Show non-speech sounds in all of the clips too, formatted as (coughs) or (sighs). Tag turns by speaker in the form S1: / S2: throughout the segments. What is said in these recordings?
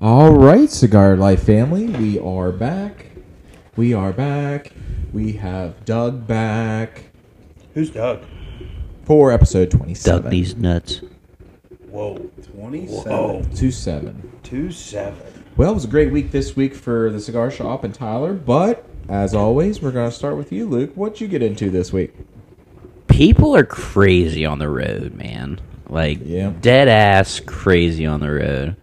S1: All right, Cigar Life family, we are back. We are back. We have Doug back
S2: Who's Doug?
S1: for episode
S3: Duck
S1: 27.
S3: these nuts.
S2: Whoa.
S4: 27.
S2: Whoa.
S1: Two seven.
S2: Two seven.
S1: Well, it was a great week this week for the cigar shop and Tyler, but as always, we're going to start with you, Luke. What'd you get into this week?
S3: People are crazy on the road, man. Like
S1: Yeah.
S3: dead ass crazy on the road.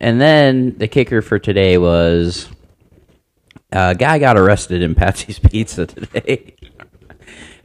S3: And then the kicker for today was Uh, a guy got arrested in (laughs) Patsy's Pizza today.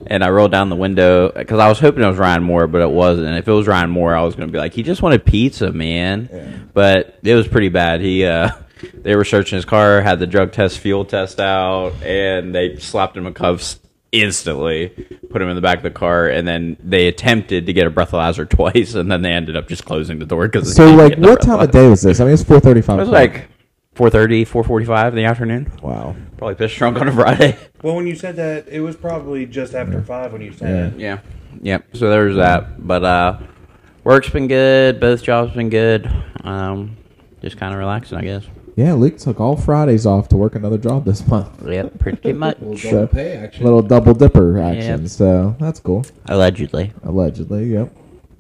S3: and I rolled down the window because I was hoping it was Ryan Moore, but it wasn't. And if it was Ryan Moore, I was going to be like, he just wanted pizza, man. But it was pretty bad. He, uh, (laughs) they were searching his car, had the drug test, fuel test out, and they slapped him with cuffs instantly, put him in the back of the car, and then they attempted to get a breathalyzer (laughs) twice, and then they ended up just closing the door because
S1: So, like, what time of day was this? I mean, it's 4.35.
S3: It was like 4.30, 4.45 in the afternoon.
S1: wow.
S3: Probably pissed drunk on a Friday.
S4: Well, when you said that, it was probably just after five when you said it.
S3: (laughs) Yeah. Yep. So there's that. But uh work's been good, both jobs been good. Um just kinda relaxing I guess.
S1: Yeah, Luke took all Fridays off to work another job this month.
S3: Yep, pretty much.
S4: Well,
S1: So,
S4: double pay action.
S1: Little double dipper action.
S3: Yep.
S1: So that's cool.
S3: Allegedly.
S1: Allegedly, yep.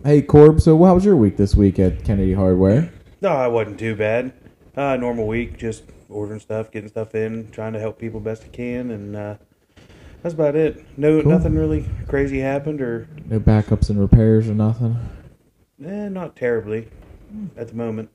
S1: Hey, Corb, so how was your week this week at Kennedy Hardware?
S4: No, I wasn't too bad. Uh, normal week, just ordering stuff, getting stuff in, trying to help people best I can, and uh, that's about it. No,
S1: Cool.
S4: nothing really crazy happened, or
S1: No backups and repairs or nothing?
S4: eh, not terribly at the moment.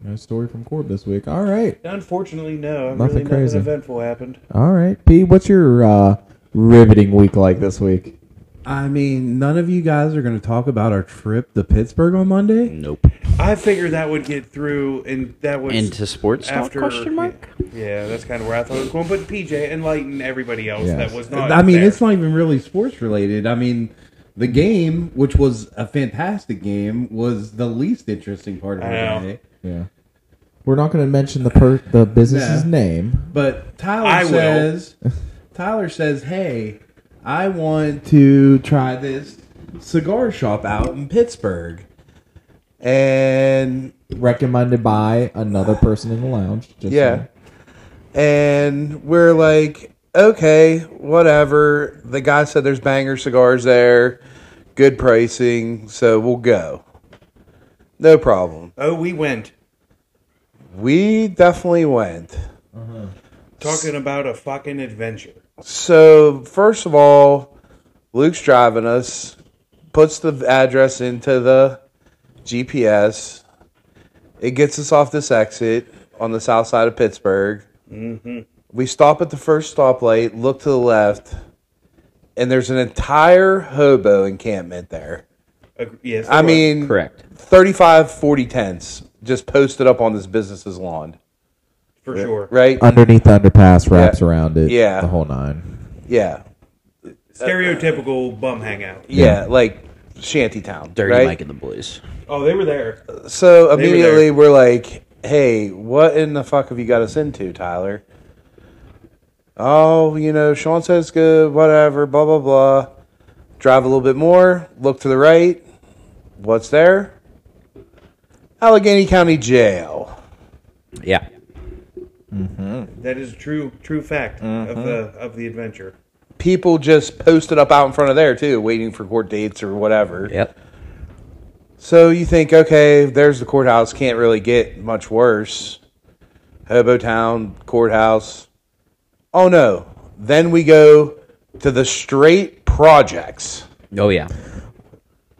S1: No story from Corb this week. All right.
S4: Unfortunately, no,
S1: Nothing
S4: really
S1: crazy.
S4: nothing eventful happened.
S1: All right. P, what's your uh, riveting week like this week?
S5: I mean, none of you guys are going to talk about our trip to Pittsburgh on Monday.
S3: Nope.
S4: I figured that would get through, and that was
S3: Into sports talk
S4: after
S3: question mark?
S4: Yeah, that's kind of where I thought it was going. But PJ, enlighten everybody else
S1: Yes.
S4: that was not.
S5: I mean,
S4: there.
S5: it's not even really sports related. I mean, the game, which was a fantastic game, was the least interesting part of
S4: I
S5: our
S4: know.
S5: day.
S1: Yeah. We're not going to mention the per- the business's
S5: Nah.
S1: name.
S5: But Tyler
S4: I will.
S5: says, Tyler says, "Hey, I want to try this cigar shop out in Pittsburgh." And
S1: Recommended by another person in the lounge. Just
S5: Yeah.
S1: saying.
S5: And we're like, okay, whatever. The guy said there's banger cigars there, good pricing, so we'll go. No problem.
S4: Oh, we went.
S5: We definitely went.
S4: Talking about a fucking adventure.
S5: So, first of all, Luke's driving us, puts the address into the GPS. It gets us off this exit on the south side of Pittsburgh. We stop at the first stoplight, look to the left, and there's an entire hobo encampment there.
S4: Ag- Yes,
S5: I
S4: it was.
S5: mean,
S3: Correct.
S5: 35, 40 tents just posted up on this business's lawn,
S4: for sure.
S5: right?
S3: Uh,
S1: Underneath the underpass, wraps around it.
S5: Yeah.
S1: The whole nine.
S5: Yeah.
S4: Stereotypical bum hangout.
S5: Yeah, like shantytown.
S3: Dirty
S5: right?
S3: Mike and the boys.
S4: Oh, they were there.
S5: So
S4: were
S5: immediately we're like, "Hey, what in the fuck have you got us into, Tyler?" Oh, you know, Sean says good, whatever, blah blah blah. Drive a little bit more, look to the right. What's there? Allegheny County Jail.
S3: Yeah.
S4: That is true. True fact of
S5: Mm-hmm.
S4: the of the adventure.
S5: People just posted up out in front of there too, waiting for court dates or whatever.
S3: Yep.
S5: So you think, okay, there's the courthouse. Can't really get much worse. Hobo Town courthouse. Oh no! Then we go to the straight projects.
S3: Oh yeah.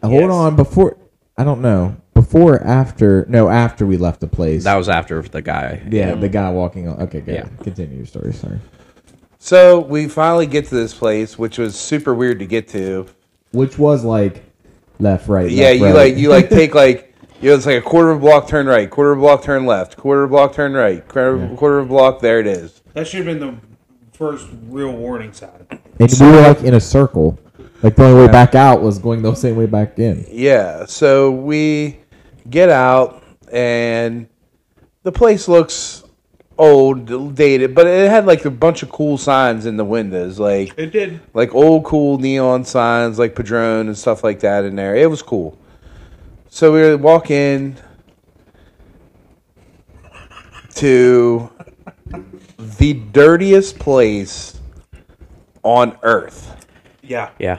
S1: Hold on. Before, I don't know. Before or after? No, after we left the place.
S3: That was after the guy.
S1: yeah, the guy walking on. Okay, good.
S3: Yeah.
S1: Continue your story. Sorry.
S5: So we finally get to this place, which was super weird to get to.
S1: Which was like left, right.
S5: Yeah,
S1: left,
S5: you
S1: right.
S5: like
S1: (laughs)
S5: you like take like you know, it's like a quarter of a block turn right, quarter of a block turn left, quarter of a block turn right, quarter quarter of a block. There it is.
S4: That should have been the first real warning sign.
S1: And we were like in a circle. Like the only way back out was going the same way back in.
S5: Yeah, so we get out and the place looks old, dated, but it had like a bunch of cool signs in the windows, like
S4: It did.
S5: like old cool neon signs like Padron and stuff like that in there. It was cool. So we walk in
S6: to the dirtiest place on earth.
S4: Yeah.
S3: Yeah.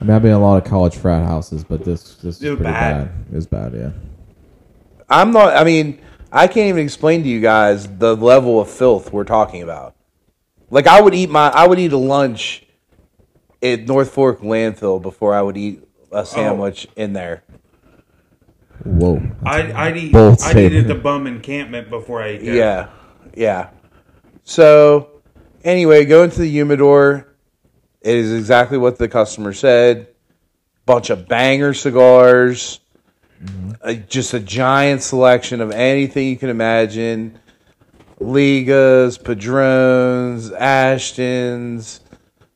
S1: I mean, I've been in a lot of college frat houses, but this this is
S4: It was
S1: pretty bad.
S4: bad.
S1: It was bad, yeah.
S6: I'm not. I mean, I can't even explain to you guys the level of filth we're talking about. Like, I would eat my, I would eat a lunch at North Fork landfill before I would eat a sandwich in there.
S1: Whoa.
S4: I'd, I'd eat.
S1: Bold
S4: I'd eat
S1: statement.
S4: at the bum encampment before I ate
S6: Yeah.
S4: there.
S6: yeah, So, anyway, go into the humidor. It is exactly what the customer said. Bunch of banger cigars, uh, just a giant selection of anything you can imagine. Ligas, Padrones, Ashtons,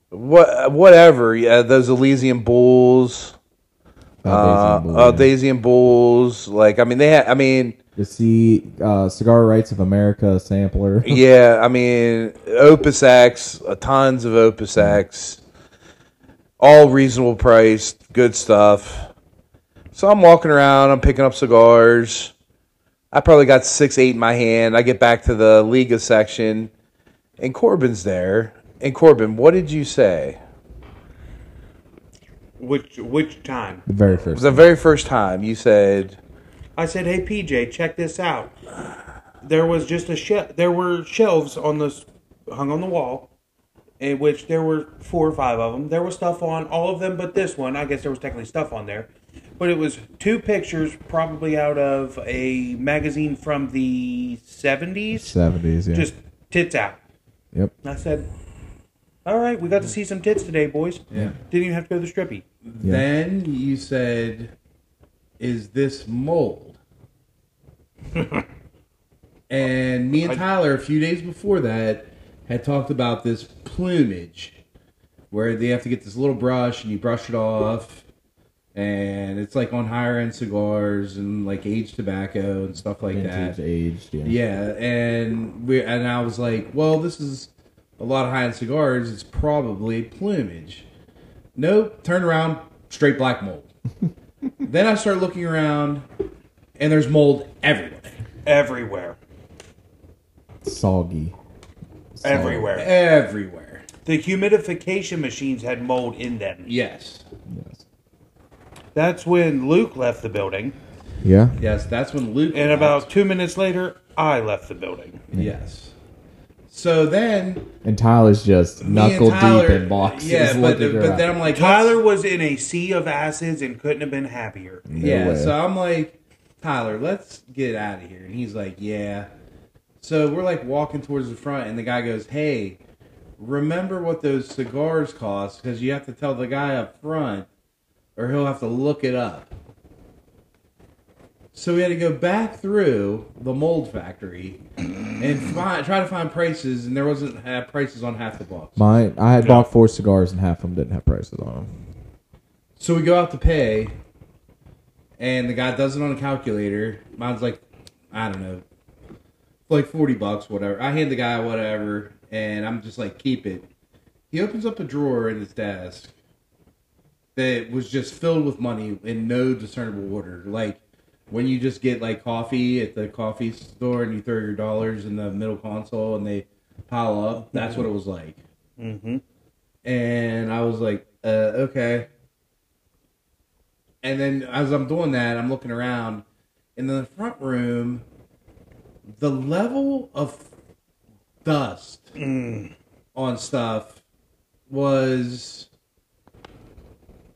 S6: what whatever. Yeah, those Elysian Bulls, uh,
S1: Daisy and Blue, yeah.
S6: Elysian Bulls. Like, I mean, they. Ha- I mean.
S1: You see, uh, Cigar Rights of America sampler.
S6: yeah, I mean, Opus X, uh, tons of Opus X, all reasonable priced, good stuff. So I'm walking around, I'm picking up cigars. I probably got six, eight in my hand. I get back to the Liga section, and Corbin's there. And Corbin, what did you say?
S4: Which which time?
S1: The very
S6: It was
S1: first.
S6: the very first time you said,
S4: I said, "Hey PJ, check this out." There was just a she- there were shelves on this hung on the wall, in which there were four or five of them. There was stuff on all of them, but this one, I guess there was technically stuff on there, but it was two pictures, probably out of a magazine from the seventies,
S1: 70s, yeah.
S4: just tits out.
S1: yep.
S4: And I said, "All right, we got to see some tits today, boys.
S5: Yeah.
S4: Didn't even have to go to the strippy."
S5: Then you said, "Is this mold?" and me and Tyler, a few days before that, had talked about this plumage, where they have to get this little brush and you brush it off, and it's like on higher end cigars and like aged tobacco and stuff like that.
S1: Vintage, aged, yeah.
S5: Yeah, and we and I was like, well, this is a lot of high end cigars. It's probably plumage. Nope. Turn around, straight
S1: (laughs)
S5: black mold. then I start looking around, and there's mold everywhere.
S4: Everywhere,
S1: Soggy. Solid.
S4: everywhere.
S5: Everywhere.
S4: The humidification machines had mold in them.
S5: Yes.
S1: Yes.
S4: That's when Luke left the building,
S1: Yeah.
S5: Yes. That's when Luke.
S4: and
S5: left.
S4: about two minutes later, I left the building.
S5: yes. So then
S1: And Tyler's just
S5: me and
S1: knuckle
S5: Tyler-
S1: deep in boxes.
S5: Yeah, but,
S1: looking
S5: but
S1: around.
S5: then I'm like
S4: Tyler was in a sea of acids and couldn't have been happier.
S5: Yeah,
S1: way.
S5: so I'm like, Tyler, let's get out of here. And he's like, Yeah. So we're like walking towards the front, and the guy goes, Hey, remember what those cigars cost? Because you have to tell the guy up front, or he'll have to look it up. So we had to go back through the mold factory and find, try to find prices, and there wasn't uh, prices on half the box.
S1: Mine, I had bought four cigars and half of them didn't have prices on them.
S5: So we go out to pay, and the guy does it on a calculator. Mine's like, I don't know, like 40 bucks, whatever. I hand the guy whatever, and I'm just like, keep it. He opens up a drawer in his desk that was just filled with money in no discernible order. Like when you just get like coffee at the coffee store and you throw your dollars in the middle console and they pile up, that's what it was like. Mm-hmm. And I was like, uh, okay. And then as I'm doing that, I'm looking around. In the front room, the level of dust on stuff was,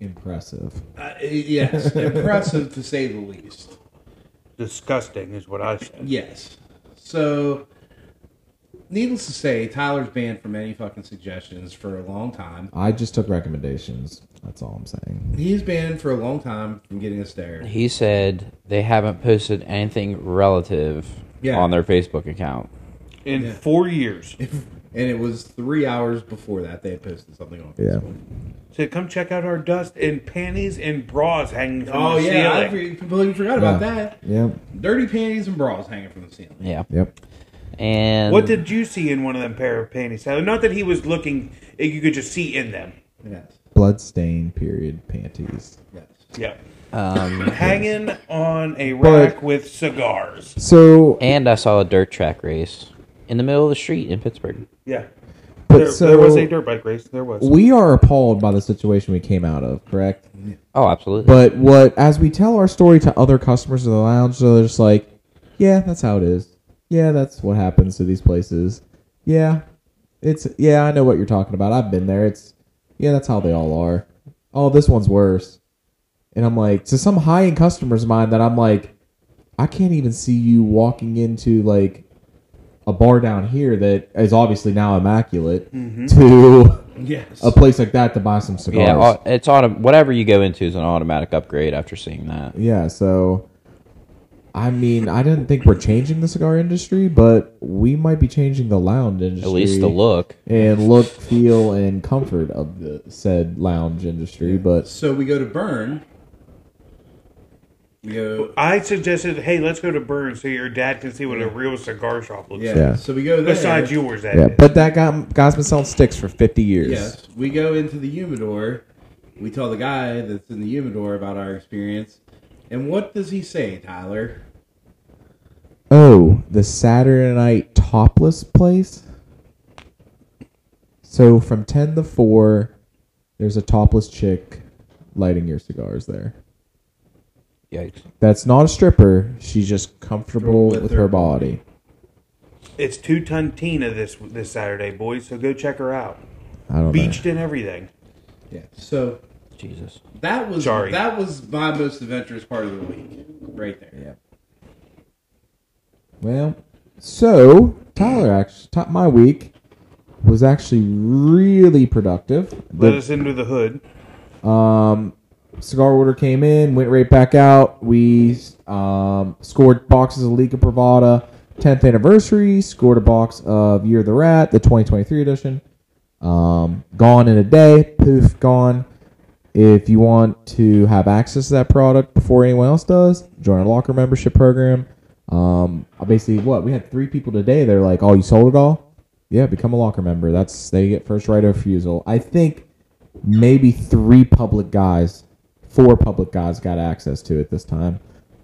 S1: Impressive.
S5: uh, yes, impressive to say the least.
S4: Disgusting is what I said.
S5: Yes. So, needless to say, Tyler's banned from any fucking suggestions for a long time.
S1: I just took recommendations. That's all I'm saying.
S5: He's banned for a long time from getting us there.
S3: He said they haven't posted anything relative
S5: Yeah.
S3: on their Facebook account.
S4: In four years,
S5: And it was three hours before that they had posted something on
S1: Yeah.
S5: Facebook.
S4: said, "Come check out our dust and panties and bras hanging from
S5: Oh,
S4: the
S5: yeah. I
S4: ceiling."
S5: for- completely forgot about
S1: Yeah.
S5: that.
S1: Yep.
S5: Dirty panties and bras hanging from the ceiling.
S3: Yeah.
S1: Yep.
S3: And
S4: What did you see in one of them pair of panties? Tyler? Not that he was looking; you could just see in them.
S5: Yes.
S1: Bloodstained period panties.
S5: Yes.
S4: Yeah, (laughs) hanging on a rack with cigars.
S1: So,
S3: And I saw a dirt track race in the middle of the street in Pittsburgh.
S4: Yeah.
S1: but
S4: There,
S1: so
S4: there was a dirt bike race. There was.
S1: we are appalled by the situation we came out of, correct?
S3: Oh, absolutely.
S1: But what, as we tell our story to other customers in the lounge, they're just like, "Yeah, that's how it is. Yeah, that's what happens to these places. Yeah, it's yeah, I know what you're talking about. I've been there. It's yeah, that's how they all are. Oh, this one's worse." And I'm like, to some high end customer's mind, that I'm like, I can't even see you walking into like a bar down here that is obviously now immaculate to
S5: Yes.
S1: a place like that to buy some cigars.
S3: yeah, au- it's auto- whatever you go into is an automatic upgrade after seeing that.
S1: Yeah, so I mean, I didn't think we're changing the cigar industry, but we might be changing the lounge industry.
S3: At least the look.
S1: and look, feel, and comfort of the said lounge industry. But
S5: So we go to Burn. We go.
S4: I suggested, hey, let's go to Burn so your dad can see what a real cigar shop looks
S5: Yeah.
S4: like.
S1: Yeah.
S5: So we go there.
S4: Besides yours, that
S1: yeah,
S4: is.
S1: but that guy guy's been selling sticks for fifty years.
S5: Yes. We go into the humidor. We tell the guy that's in the humidor about our experience. And what does he say, Tyler?
S1: Oh, the Saturday night topless place. So from ten to four, there's a topless chick lighting your cigars there.
S3: Yikes.
S1: That's not a stripper. She's just comfortable
S5: With
S1: with
S5: her
S1: her body.
S4: It's two ton Tina this this Saturday, boys. So go check her out.
S1: I don't know.
S4: Beached and everything.
S5: Yeah. So
S3: Jesus.
S5: that was
S4: Sorry.
S5: that was my most adventurous part of the week, right there.
S1: Yeah. Well, so Tyler actually top my week was actually really productive.
S4: Let
S1: The
S4: us into the hood.
S1: cigar order came in, went right back out. We um, scored boxes of Liga Privada 10th anniversary, scored a box of Year of the Rat, the 2023 edition. Um, gone in a day, poof, gone. If you want to have access to that product before anyone else does, join our locker membership program. Um, I basically, what we had three people today. They're like, "Oh, you sold it all? Yeah, become a locker member. That's they get first right of refusal." I think maybe three public guys, four public guys got access to it this time.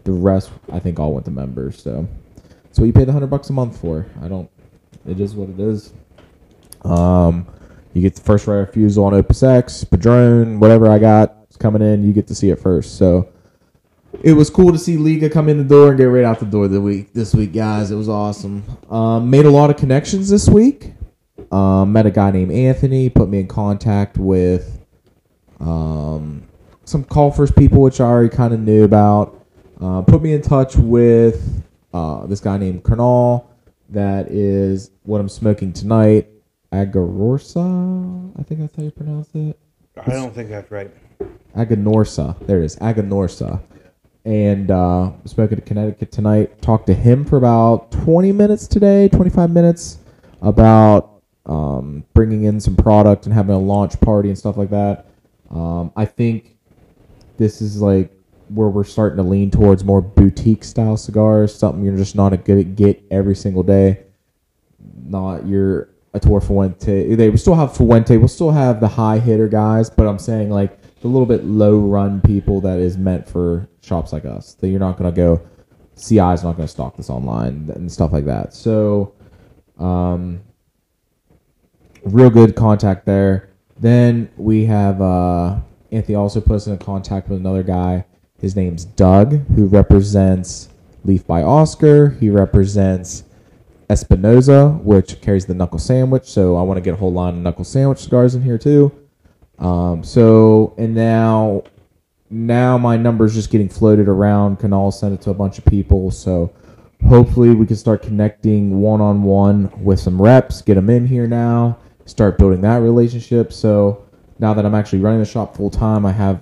S1: The rest, I think, all went to members. So, so you pay the hundred bucks a month for. I don't. It is what it is. Um, you get the first right of refusal on Opus X, Padrone, whatever I got is coming in. You get to see it first. So it was cool to see Liga come in the door and get right out the door the week this week, guys. It was awesome. Um, made a lot of connections this week. Um, met a guy named Anthony. Put me in contact with um, some Colfers people, which I already kind of knew about. Uh, put me in touch with uh, this guy named Kernal. That is what I'm smoking tonight. Agarorsa, I think that's how you pronounce it.
S4: I don't think that's right.
S1: Aganorsa. There it is, Aganorsa. And uh, spoke to Connecticut tonight. Talked to him for about 20 minutes today, 25 minutes, about um, bringing in some product and having a launch party and stuff like that. Um, I think this is like where we're starting to lean towards more boutique style cigars, something you're just not good at get every single day not your Ator Fuente. They will still have Fuente. We'll still have the high hitter guys, but I'm saying like the little bit low run people that is meant for shops like us. That you're not gonna go. CI is not gonna stock this online and stuff like that. So, um, real good contact there. Then we have uh, Anthony also put us in contact with another guy. His name's Doug, who represents Leaf by Oscar. He represents Espinoza, which carries the knuckle sandwich. So I want to get a whole line of knuckle sandwich cigars in here too. Um, so and now, now my number's just getting floated around. Can all send it to a bunch of people. So hopefully we can start connecting one on one with some reps. Get them in here now. Start building that relationship. So now that I'm actually running the shop full time, I have,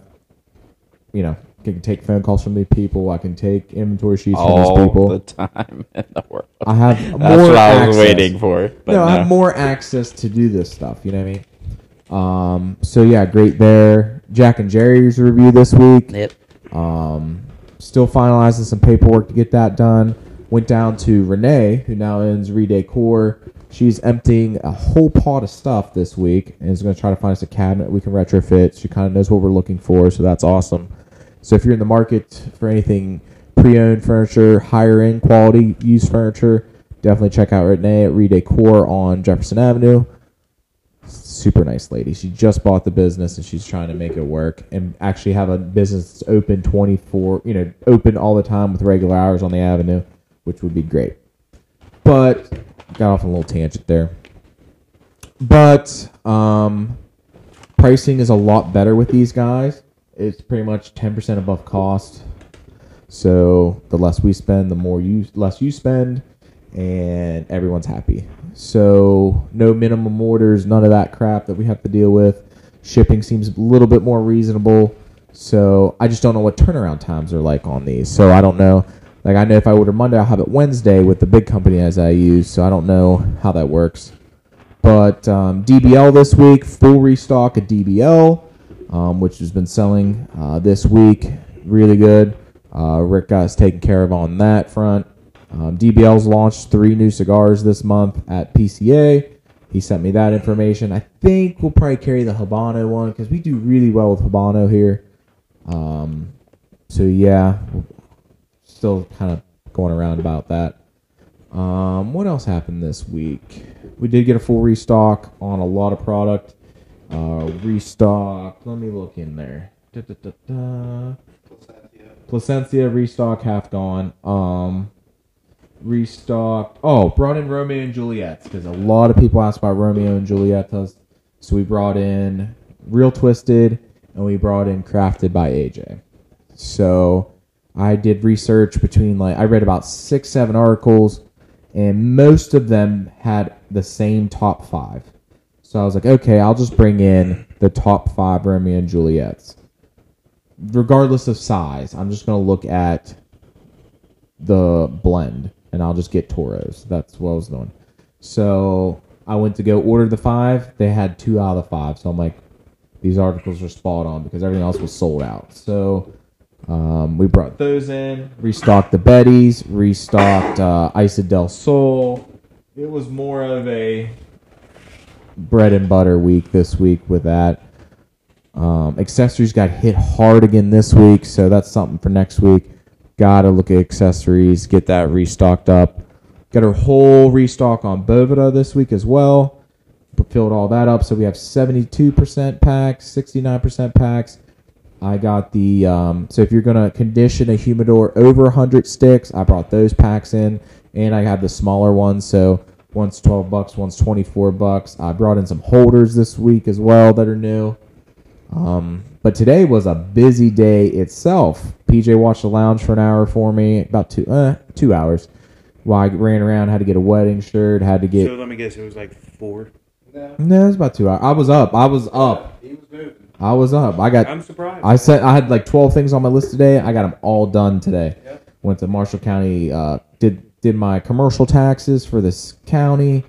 S1: you know, can take phone calls from these people. I can take inventory sheets from these
S3: All
S1: people.
S3: Oh, the time (laughs) in the world.
S1: I have more
S3: That's what I
S1: access.
S3: was waiting for. But
S1: no,
S3: no,
S1: I have more access to do this stuff. You know what I mean? Um, so yeah, great there. Jack and Jerry's review this week.
S3: Yep.
S1: Still finalizing some paperwork to get that done. Went down to Renee, who now owns Redecor. She's emptying a whole pot of stuff this week and is going to try to find us a cabinet we can retrofit. She kind of knows what we're looking for, so that's awesome. So if you're in the market for anything pre-owned furniture, higher end quality used furniture, definitely check out Renee at Redecor on Jefferson Avenue. Super nice lady. She just bought the business and she's trying to make it work and actually have a business that's open 24, you know, open all the time with regular hours on the avenue, which would be great. But got off on a little tangent there. But um, pricing is a lot better with these guys. It's pretty much 10% above cost. So the less we spend, the more you less you spend, and everyone's happy. So no minimum orders, none of that crap that we have to deal with. Shipping seems a little bit more reasonable. So I just don't know what turnaround times are like on these. So I don't know. Like I know if I order Monday, I'll have it Wednesday with the big company as I use. So I don't know how that works. But um, DBL this week, full restock of DBL, um, which has been selling uh, this week. Really good. Uh, Rick got us taken care of on that front. Um, DBL's launched three new cigars this month at PCA. He sent me that information. I think we'll probably carry the Habano one because we do really well with Habano here. Um, so yeah, we're still kind of going around about that. Um, what else happened this week? We did get a full restock on a lot of product. Uh, restock. Let me look in there. Da, da, da, da. Placencia restock half gone. Um, restocked. Oh, brought in Romeo and Juliet's because a lot of people asked about Romeo and Juliet's. So we brought in Real Twisted and we brought in Crafted by AJ. So I did research between like I read about six, seven articles, and most of them had the same top five. So I was like, okay, I'll just bring in the top five Romeo and Juliet's regardless of size, I'm just going to look at the blend and I'll just get Toros. That's what I was doing. So I went to go order the five. They had two out of the five. So I'm like, these articles are spot on because everything else was sold out. So um, we brought those in, restocked the Betty's, restocked uh, Isa del Sol. It was more of a bread and butter week this week with that. Um, accessories got hit hard again this week, so that's something for next week. Gotta look at accessories, get that restocked up. Got a whole restock on Bovida this week as well. Filled all that up, so we have 72% packs, 69% packs. I got the um, so if you're gonna condition a humidor over 100 sticks, I brought those packs in, and I have the smaller ones. So one's 12 bucks, one's 24 bucks. I brought in some holders this week as well that are new. Um, but today was a busy day itself. PJ watched the lounge for an hour for me, about two uh, two hours. While I ran around, had to get a wedding shirt, had to get
S4: So let me guess, it was like four.
S1: no, it was about two hours. I was up. I was up.
S5: He was moving.
S1: I was up. I got
S4: I'm surprised.
S1: I said I had like twelve things on my list today. I got them all done today. Went to Marshall County. Uh, did did my commercial taxes for this county.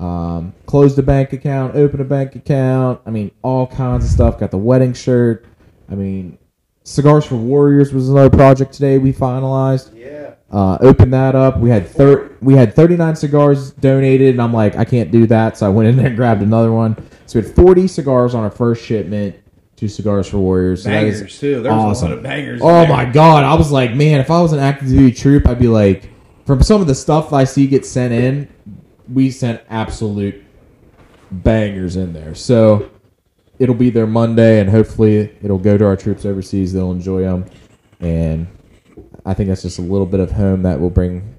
S1: Um, closed a bank account. Opened a bank account. I mean, all kinds of stuff. Got the wedding shirt. I mean, cigars for warriors was another project today we finalized
S5: Yeah.
S1: uh, opened that up. We had thir- we had 39 cigars donated, and I'm like, I can't do that, so I went in there and grabbed another one. So we had 40 cigars on our first shipment. Two cigars for Warriors. So that is
S5: Bangers, too. There was a lot of bangers in
S1: Oh
S5: there.
S1: my god! I was like, man, if I was an active duty troop, I'd be like, from some of the stuff I see get sent in, we sent absolute bangers in there. So it'll be there Monday, and hopefully it'll go to our troops overseas. They'll enjoy them, and I think that's just a little bit of home that will bring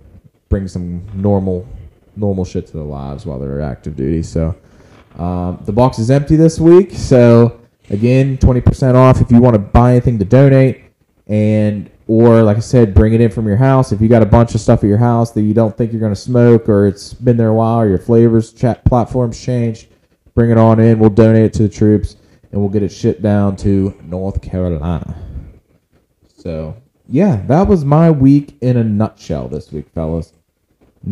S1: bring some normal normal shit to their lives while they're active duty. So um, the box is empty this week. So again, twenty percent off if you want to buy anything to donate, and or like I said, bring it in from your house. If you got a bunch of stuff at your house that you don't think you're going to smoke, or it's been there a while, or your flavors chat platforms changed, bring it on in. We'll donate it to the troops, and we'll get it shipped down to North Carolina. So yeah, that was my week in a nutshell this week, fellas.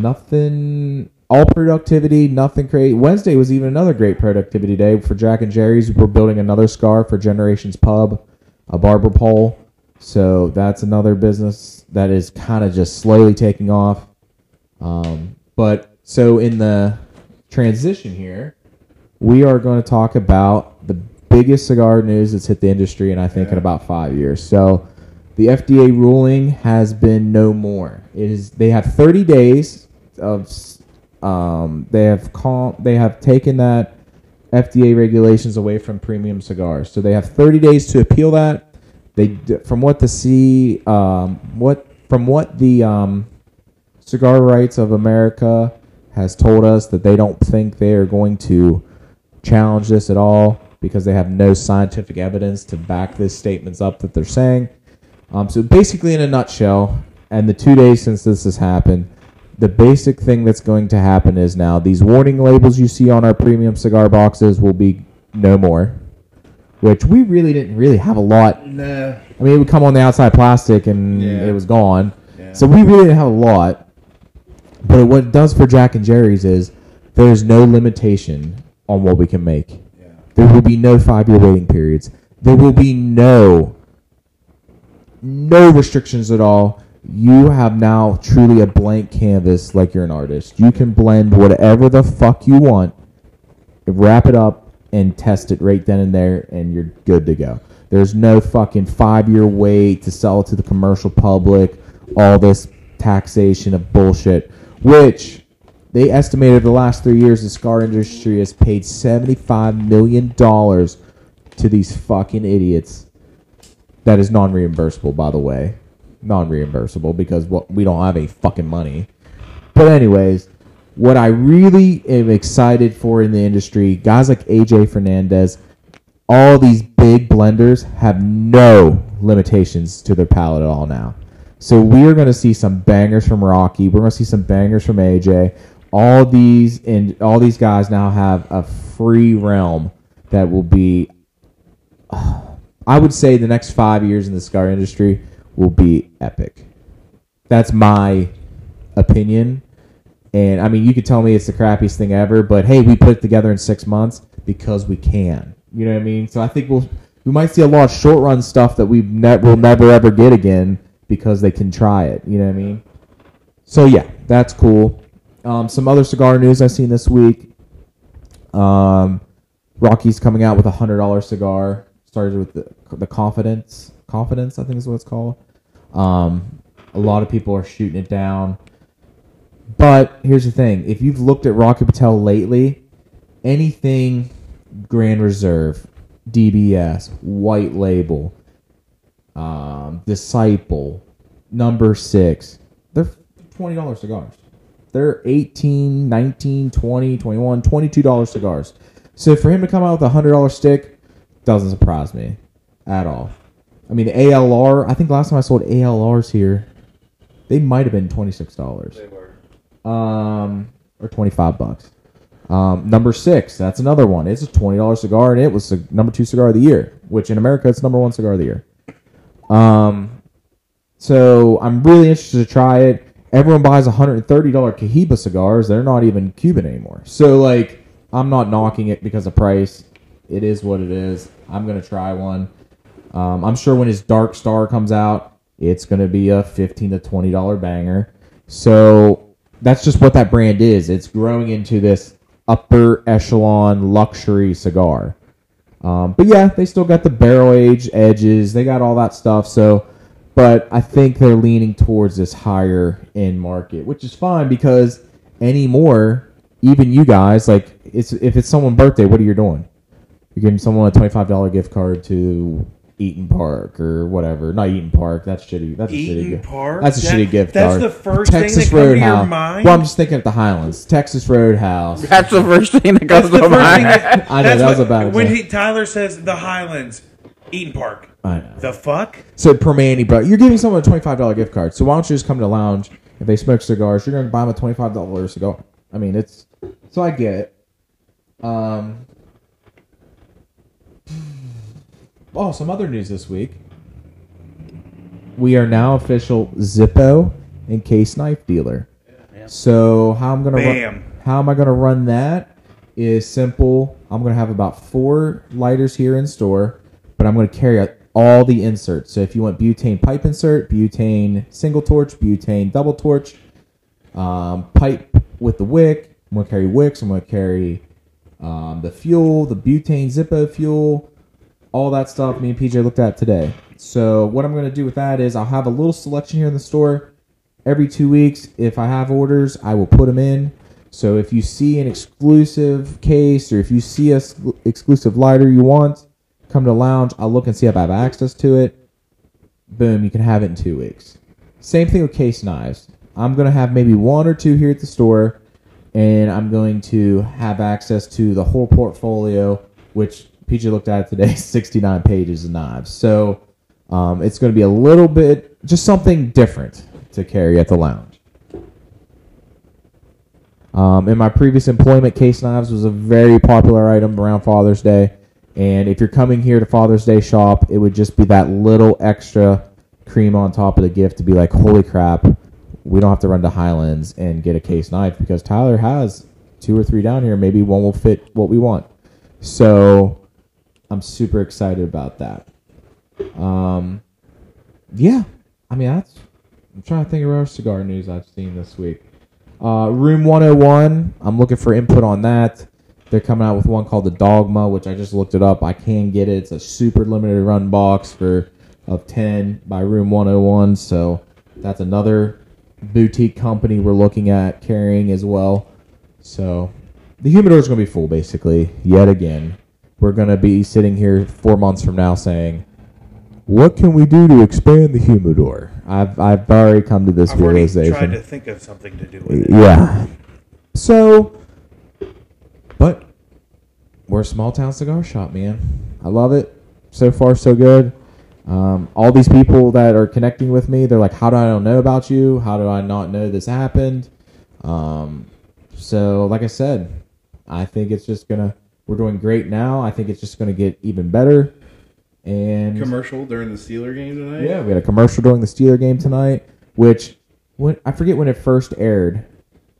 S1: Nothing. All productivity, nothing crazy. Wednesday was even another great productivity day for Jack and Jerry's. We're building another scar for Generations Pub, a barber pole. So that's another business that is kind of just slowly taking off. Um, but so in the transition here, we are going to talk about the biggest cigar news that's hit the industry, and I think in about five years. So The FDA ruling has been no more. It is they have 30 days of s- um, they have calm, they have taken that FDA regulations away from premium cigars. So they have 30 days to appeal that. They d- from what the see um, what from what the um, Cigar Rights of America has told us that they don't think they are going to challenge this at all because they have no scientific evidence to back these statements up that they're saying. Um, so basically, in a nutshell, and the two days since this has happened, the basic thing that's going to happen is now these warning labels you see on our premium cigar boxes will be no more, which we really didn't really have a lot
S5: Nah.
S1: I mean, it would come on the outside plastic and
S5: Yeah.
S1: it was gone.
S5: Yeah.
S1: So we really didn't have a lot. But what it does for Jack and Jerry's is there is no limitation on what we can make.
S5: Yeah.
S1: There will be no five year waiting periods. There will be no no restrictions at all. You have now truly a blank canvas like you're an artist. You can blend whatever the fuck you want, wrap it up, and test it right then and there, and you're good to go. There's no fucking five year wait to sell it to the commercial public, all this taxation of bullshit, which they estimated over the last three years the cigar industry has paid $75 million to these fucking idiots that is non-reimbursable, by the way, non-reimbursable because what we don't have any fucking money. But anyways, what I really am excited for in the industry, guys like AJ Fernandez, all these big blenders have no limitations to their palate at all now. So we are going to see some bangers from Rocky. We're going to see some bangers from AJ. All these and all these guys now have a free realm that will be (sighs) I would say the next five years in the cigar industry will be epic. That's my opinion. And I mean, you could tell me it's the crappiest thing ever, but hey, we put it together in six months because we can. You know what I mean? So I think we'll we might see a lot of short run stuff that we ne- will never ever get again because they can try it. You know what I mean? So yeah, that's cool. Um, some other cigar news I've seen this week. Um, Rocky's coming out with a hundred dollar cigar. Started with the, the confidence, confidence I think is what it's called. Um, a lot of people are shooting it down. But here's the thing: if you've looked at Rocky Patel lately, anything Grand Reserve, DBS, White Label, um, Disciple, Number Six, they're twenty dollar cigars. They're 18, 19, 20, 21, 22 dollar cigars. So for him to come out with a hundred dollar stick doesn't surprise me at all. I mean, the ALR. I think last time I sold ALRs here, they might have been twenty six dollars um, or 25 bucks. Um, number six, that's another one. It's a $20 cigar, and it was the number two cigar of the year, which in America, it's number one cigar of the year. Um, so I'm really interested to try it. Everyone buys $130 Cohiba cigars. They're not even Cuban anymore. So, like, I'm not knocking it because of price. It is what it is. I'm going to try one. Um, I'm sure when his Dark Star comes out, it's going to be a fifteen to twenty dollar banger. So that's just what that brand is. It's growing into this upper echelon luxury cigar. Um, but yeah, they still got the barrel age edges. They got all that stuff. So, but I think they're leaning towards this higher end market, which is fine because anymore, even you guys, like, it's if it's someone's birthday, what are you doing? You're giving someone a twenty-five dollar gift card to Eaton Park or whatever. Not Eaton Park. That's shitty. That's a shitty.
S4: Eaton
S1: gift.
S4: Park?
S1: That's a
S4: That-
S1: shitty gift
S4: that's
S1: card.
S4: the first thing that come to your mind?
S1: Well, I'm just thinking at the Highlands, Texas
S4: (laughs)
S1: Roadhouse.
S3: That's the first thing that
S4: That's
S3: comes
S4: the
S3: to
S4: first thing
S3: mind.
S1: (laughs)
S4: that,
S1: I know,
S4: that's
S1: that was
S4: what-
S1: a bad
S4: When he,
S1: example.
S4: Tyler says the Highlands, Eaton Park.
S1: I know.
S4: The fuck?
S1: So Permani, bro, you're giving someone a twenty five dollar gift card. So why don't you just come to lounge? If they smoke cigars, you're going to buy them a twenty five dollar cigar. I mean, it's so I get it. Um. Oh, some other news this week. We are now official Zippo and Case knife dealer. So how I'm gonna
S4: Bam.
S1: run, how am I gonna run that is simple. I'm gonna have about four lighters here in store, but I'm gonna carry out all the inserts. So if you want butane pipe insert, butane single torch, butane double torch, um, pipe with the wick. I'm gonna carry wicks. I'm gonna carry um, the fuel, the butane Zippo fuel, all that stuff. Me and PJ looked at today. So what I'm going to do with that is I'll have a little selection here in the store. Every two weeks, if I have orders, I will put them in. So if you see an exclusive case or if you see a s- exclusive lighter you want, come to lounge. I'll look and see if I have access to it. Boom, you can have it in two weeks. Same thing with case knives. I'm going to have maybe one or two here at the store, and I'm going to have access to the whole portfolio, which PJ looked at today (laughs) 69 pages of knives. So um, it's going to be a little bit, just something different to carry at the lounge. Um, in my previous employment, case knives was a very popular item around Father's Day. And if you're coming here to Father's Day shop, it would just be that little extra cream on top of the gift to be like, holy crap, we don't have to run to Highlands and get a case knife because Tyler has two or three down here. Maybe one will fit what we want. So I'm super excited about that. Um, yeah, I mean, that's, I'm trying to think of other cigar news I've seen this week. Uh, Room 101, I'm looking for input on that. They're coming out with one called the Dogma, which I just looked it up. I can get it. It's a super limited run box for of 10 by Room 101. So that's another boutique company we're looking at carrying as well. So the humidor is going to be full basically yet again. We're going to be sitting here 4 months from now saying what can we do to expand the humidor? I've, I've already come to this
S2: I've already
S1: realization
S2: tried to think of something to do with it.
S1: yeah. So, but we're a small town cigar shop, man. I love it. So far, so good. Um, all these people that are connecting with me, they're like, "How do I don't know about you? How do I not know this happened?" Um, so, like I said, I think it's just gonna. We're doing great now. I think it's just gonna get even better. And
S5: Commercial during the Steeler game tonight.
S1: yeah, we had a commercial during the Steeler game tonight, which when, I forget when it first aired,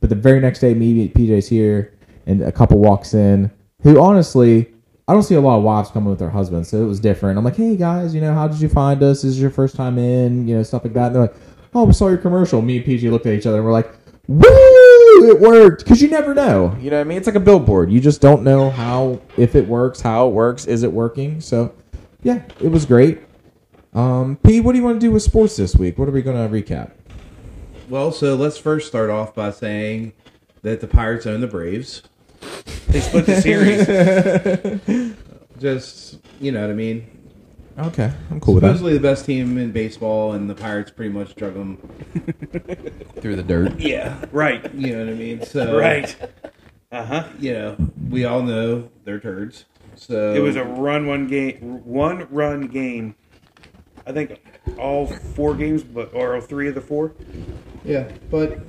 S1: but the very next day, me PJ's here, and a couple walks in who honestly. I don't see a lot of wives coming with their husbands, so it was different. I'm like, hey guys, you know, how did you find us? This is your first time in, you know, stuff like that. And they're like, oh, we saw your commercial. Me and PJ looked at each other and we're like, woo, it worked. Because you never know. You know what I mean? It's like a billboard. You just don't know how, if it works, how it works, is it working? So, yeah, it was great. Um, P, what do you want to do with sports this week? What are we going to recap?
S5: Well, so let's first start off by saying that the Pirates own the Braves.
S4: They split
S1: (laughs)
S4: the series.
S5: Just you know what I mean.
S1: Okay, I'm cool with that.
S5: Supposedly the best team in baseball, and the Pirates pretty much drug them.
S1: Through the dirt.
S4: yeah, right,
S5: You know what I mean? So
S4: right. Uh huh.
S5: You know, we all know they're turds. So
S4: It was a run one game, one run game. I think all four games, but or all three of the four,
S5: yeah, but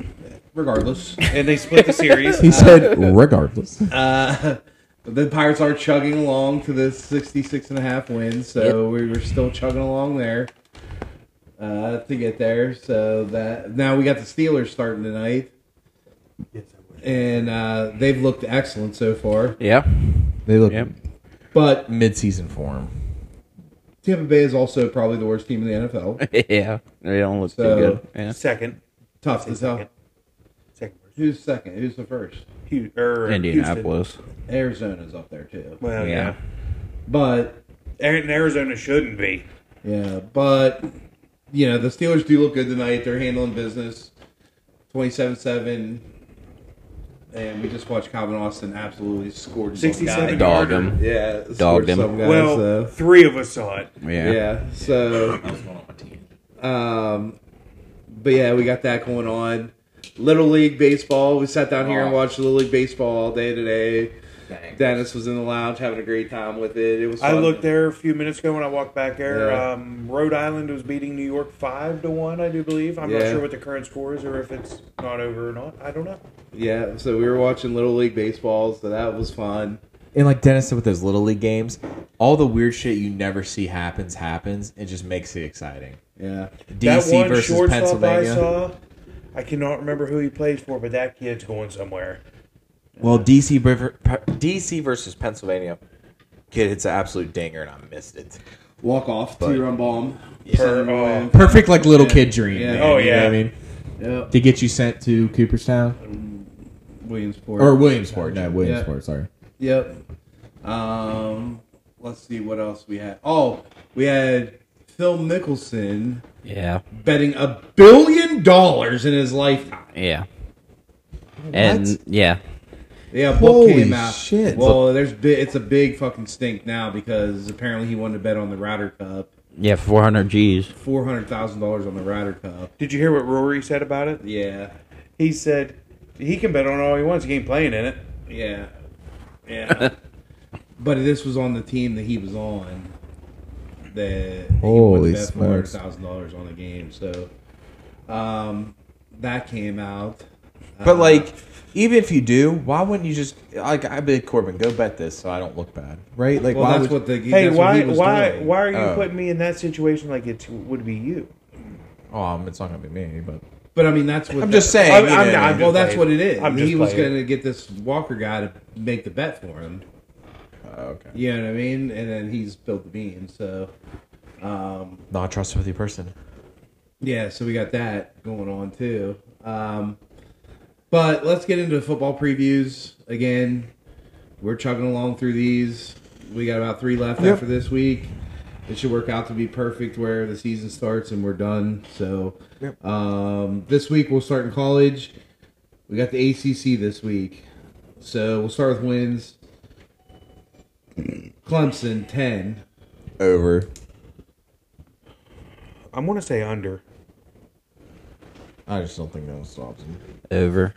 S5: regardless,
S4: and they split the
S5: (laughs)
S4: series.
S1: He said, regardless.
S5: uh, (laughs) the Pirates are chugging along to the 66 and a half wins. So we were still chugging along there uh, to get there. So that now we got the Steelers starting tonight. and uh, they've looked excellent so far.
S3: (laughs) Yeah.
S1: They look
S3: Yep.
S5: But
S1: mid-season form.
S5: Tampa Bay is also probably the worst team in the NFL.
S3: yeah. They don't look
S5: So-
S3: too good. Yeah.
S4: Second,
S5: Tough to tell.
S4: second, second,
S5: Who's second? Who's the first?
S4: Hu- or Houston.
S3: Indianapolis.
S5: Arizona's up there too.
S4: Well, yeah,
S3: Yeah.
S5: But
S4: Ari- and Arizona shouldn't be.
S5: yeah, but you know the Steelers do look good tonight. They're handling business, twenty-seven-seven. And we just watched Calvin Austin absolutely scored some guy.
S4: 67
S3: Dog him.
S5: Yeah, scored
S3: Dogged him.
S5: some guy,
S4: well,
S5: so.
S4: three of us saw it.
S3: Yeah.
S5: Yeah. So Um, but yeah, we got that going on. Little League baseball. We sat down here
S4: Oh.
S5: and watched Little League baseball all day today. Dennis was in the lounge having a great time with it. It was.
S4: I
S5: fun.
S4: looked there a few minutes ago when I walked back there.
S5: Yeah.
S4: Um, Rhode Island was beating New York five to one, I do believe. I'm not
S5: Yeah.
S4: sure what the current score is or if it's not over or not. I don't know.
S5: Yeah. So we were watching Little League baseball, so that was fun.
S1: And like Dennis said with those Little League games, all the weird shit you never see happens, happens. It just makes it exciting.
S5: Yeah.
S1: DC versus
S4: I
S1: Pennsylvania.
S4: saw, I cannot remember who he plays for, but that kid's going somewhere.
S1: Well, DC, ver- DC versus Pennsylvania. Kid hits an absolute dinger, and I missed it.
S5: Walk off two run bomb.
S4: Per- oh.
S1: Perfect, like little kid dream.
S5: Yeah.
S1: man,
S4: Oh,
S1: you know what
S4: yeah.
S1: I mean,
S5: Yep.
S1: to get you sent to Cooperstown
S5: Williamsport.
S1: or Williamsport. No, Williamsport. Sorry.
S5: Yep. Um, let's see what else we had. Oh, we had Phil Mickelson
S3: Yeah.
S5: betting a billion dollars in his lifetime.
S3: Yeah. And yeah.
S5: Yeah, a book
S7: Holy
S5: came out.
S7: shit.
S5: Well, there's bi- it's a big fucking stink now because apparently he wanted to bet on the Ryder Cup,
S3: Yeah, 400 G's.
S5: four hundred thousand dollars on the Ryder Cup.
S4: Did you hear what Rory said about it?
S5: Yeah,
S4: He said he can bet on all he wants. He ain't playing in it.
S5: yeah, yeah. but this was on the team that he was on. That
S7: Holy
S5: he four hundred
S7: smokes.
S5: thousand dollars on the game. So, um, that came out.
S1: But like, even if you do, why wouldn't you just like I'd be like, Corbin, go bet this so I don't look bad, right? Like,
S5: Well,
S1: why
S5: that's
S1: would,
S5: what the
S4: Hey,
S5: that's what
S4: why,
S5: he was
S4: why,
S5: doing.
S4: why are you
S1: Oh.
S4: putting me in that situation like it would be you?
S1: Oh, um, it's not gonna be me, but
S5: But I mean, that's what
S1: I'm
S5: that-
S1: just saying.
S4: I'm-
S1: you
S4: I'm
S1: know,
S4: not- I'm
S5: well,
S4: just
S5: that's
S4: playing.
S5: what it is.
S4: I'm just
S5: he was
S4: playing.
S5: going to get this Walker guy to make the bet for him.
S1: oh, okay,
S5: You know what I mean? And then he spilled the beans. So, um,
S1: not a trustworthy person.
S5: yeah, so we got that going on too. Um, but let's get into football previews again. We're chugging along through these. We got about three left after this week. It should work out to be perfect where the season starts and we're done. So, um, this week we'll start in college. We got the ACC this week. So, we'll start with wins Clemson 10,
S1: Over.
S4: I'm gonna say under.
S1: I just don't think no one stops him.
S3: Over.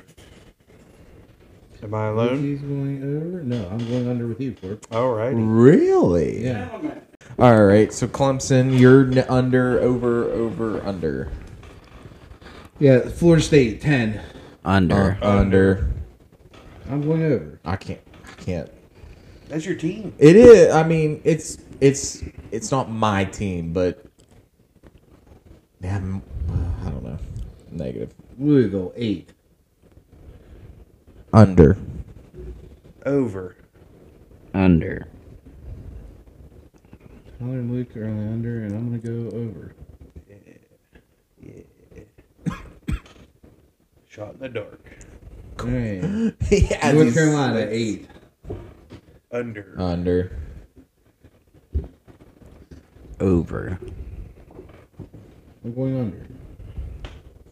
S4: Am I alone?
S5: He's going over? No, I'm going under with you, Corp.
S4: All
S5: Mm-hmm.
S4: right.
S1: Really?
S5: Yeah.
S1: All right. So Clemson, you're n- under, over, over, under,
S5: Yeah, Florida State, 10.
S3: Under.
S1: Uh, under.
S5: I'm going over.
S1: I can't. I can't.
S4: That's your team.
S1: It is. I mean, it's it's it's not my team, but yeah, I'm- I don't know. Negative.
S5: Louisville, 8.
S1: Under.
S4: Over.
S3: under.
S5: Tyler and Luke are on the under, and I'm going to go over.
S4: Shot in the dark.
S1: (gasps)
S5: All right.
S1: (laughs) yeah,
S5: North
S1: these-
S5: Carolina, 8.
S4: Under.
S5: Uh,
S1: Under.
S3: Over.
S5: I'm going under.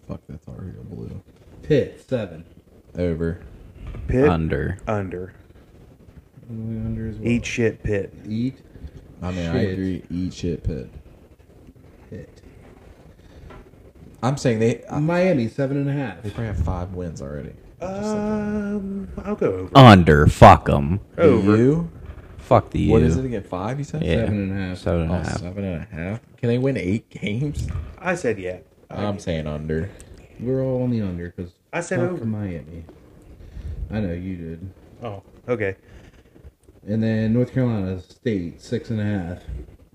S1: Fuck, that's already a blue.
S5: Pitt, 7.
S1: Over.
S4: Pit.
S3: Under.
S4: Under.
S5: I'm going under as well.
S4: Eat shit, Pit.
S5: Eat.
S1: I mean, I
S5: Shit.
S1: agree. Eat shit, pit.
S5: Pitt.
S1: I'm saying they uh,
S5: Miami, 7.5.
S1: they probably have five wins already.
S5: Uh,
S4: Um, I'll go over.
S3: Under. Fuck them.
S4: Over.
S1: You?
S3: Fuck the U.
S1: What is it again? Five? You said?
S3: Yeah.
S5: Seven and a half.
S3: Seven and a
S1: Oh,
S3: half.
S1: seven and a half. Can they win eight games?
S4: I said yeah.
S1: I'm saying under.
S5: We're all on the under because
S4: I said
S5: fuck
S4: over.
S5: Miami. I know you did.
S4: Oh, okay.
S5: And then North Carolina State, 6.5.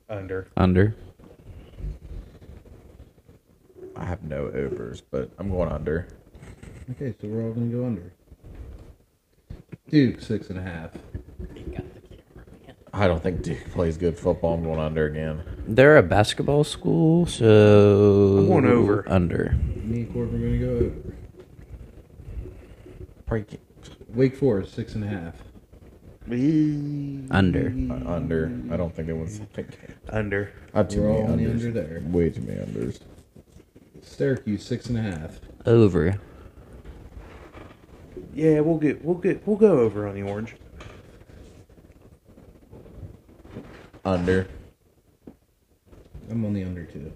S4: Under.
S3: Under.
S1: I have no overs, but I'm going under.
S5: Okay, so we're all gonna go under. Duke six and a half.
S1: I don't think Duke plays good football. I'm going under again.
S3: They're a basketball school, so.
S4: I'm going over.
S3: Under.
S5: Me and Corp are gonna go over.
S1: Probably can't-
S5: Wake Forest six and a half.
S3: Under.
S1: uh, under. I don't think they win. Something.
S4: Under.
S1: I have too
S5: We're
S1: many
S5: all on the
S1: unders.
S5: under there.
S1: Way too many unders.
S5: Syracuse six and a half.
S3: Over.
S4: Yeah, we'll get we'll get we'll go over on the orange.
S1: Under.
S5: I'm on the under too.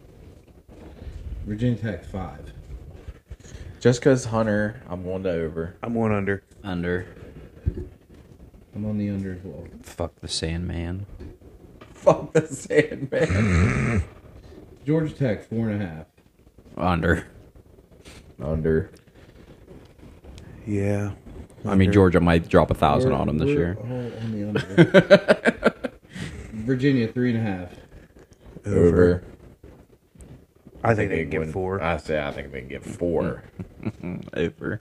S5: Virginia Tech five.
S1: Just because Hunter, I'm going to over.
S4: I'm one under.
S3: Under.
S5: I'm on the under as well.
S3: Fuck the Sandman.
S1: (laughs) Fuck the Sandman.
S5: Georgia Tech four and a half.
S3: Under.
S1: under.
S4: Yeah.
S3: I mean, Georgia might drop a thousand
S5: We're-
S3: on them this
S5: we're
S3: year.
S5: All on the under.
S3: (laughs)
S5: Virginia three and a half.
S1: Over.
S4: I think they can get four.
S1: I say I think they can get four.
S3: Over.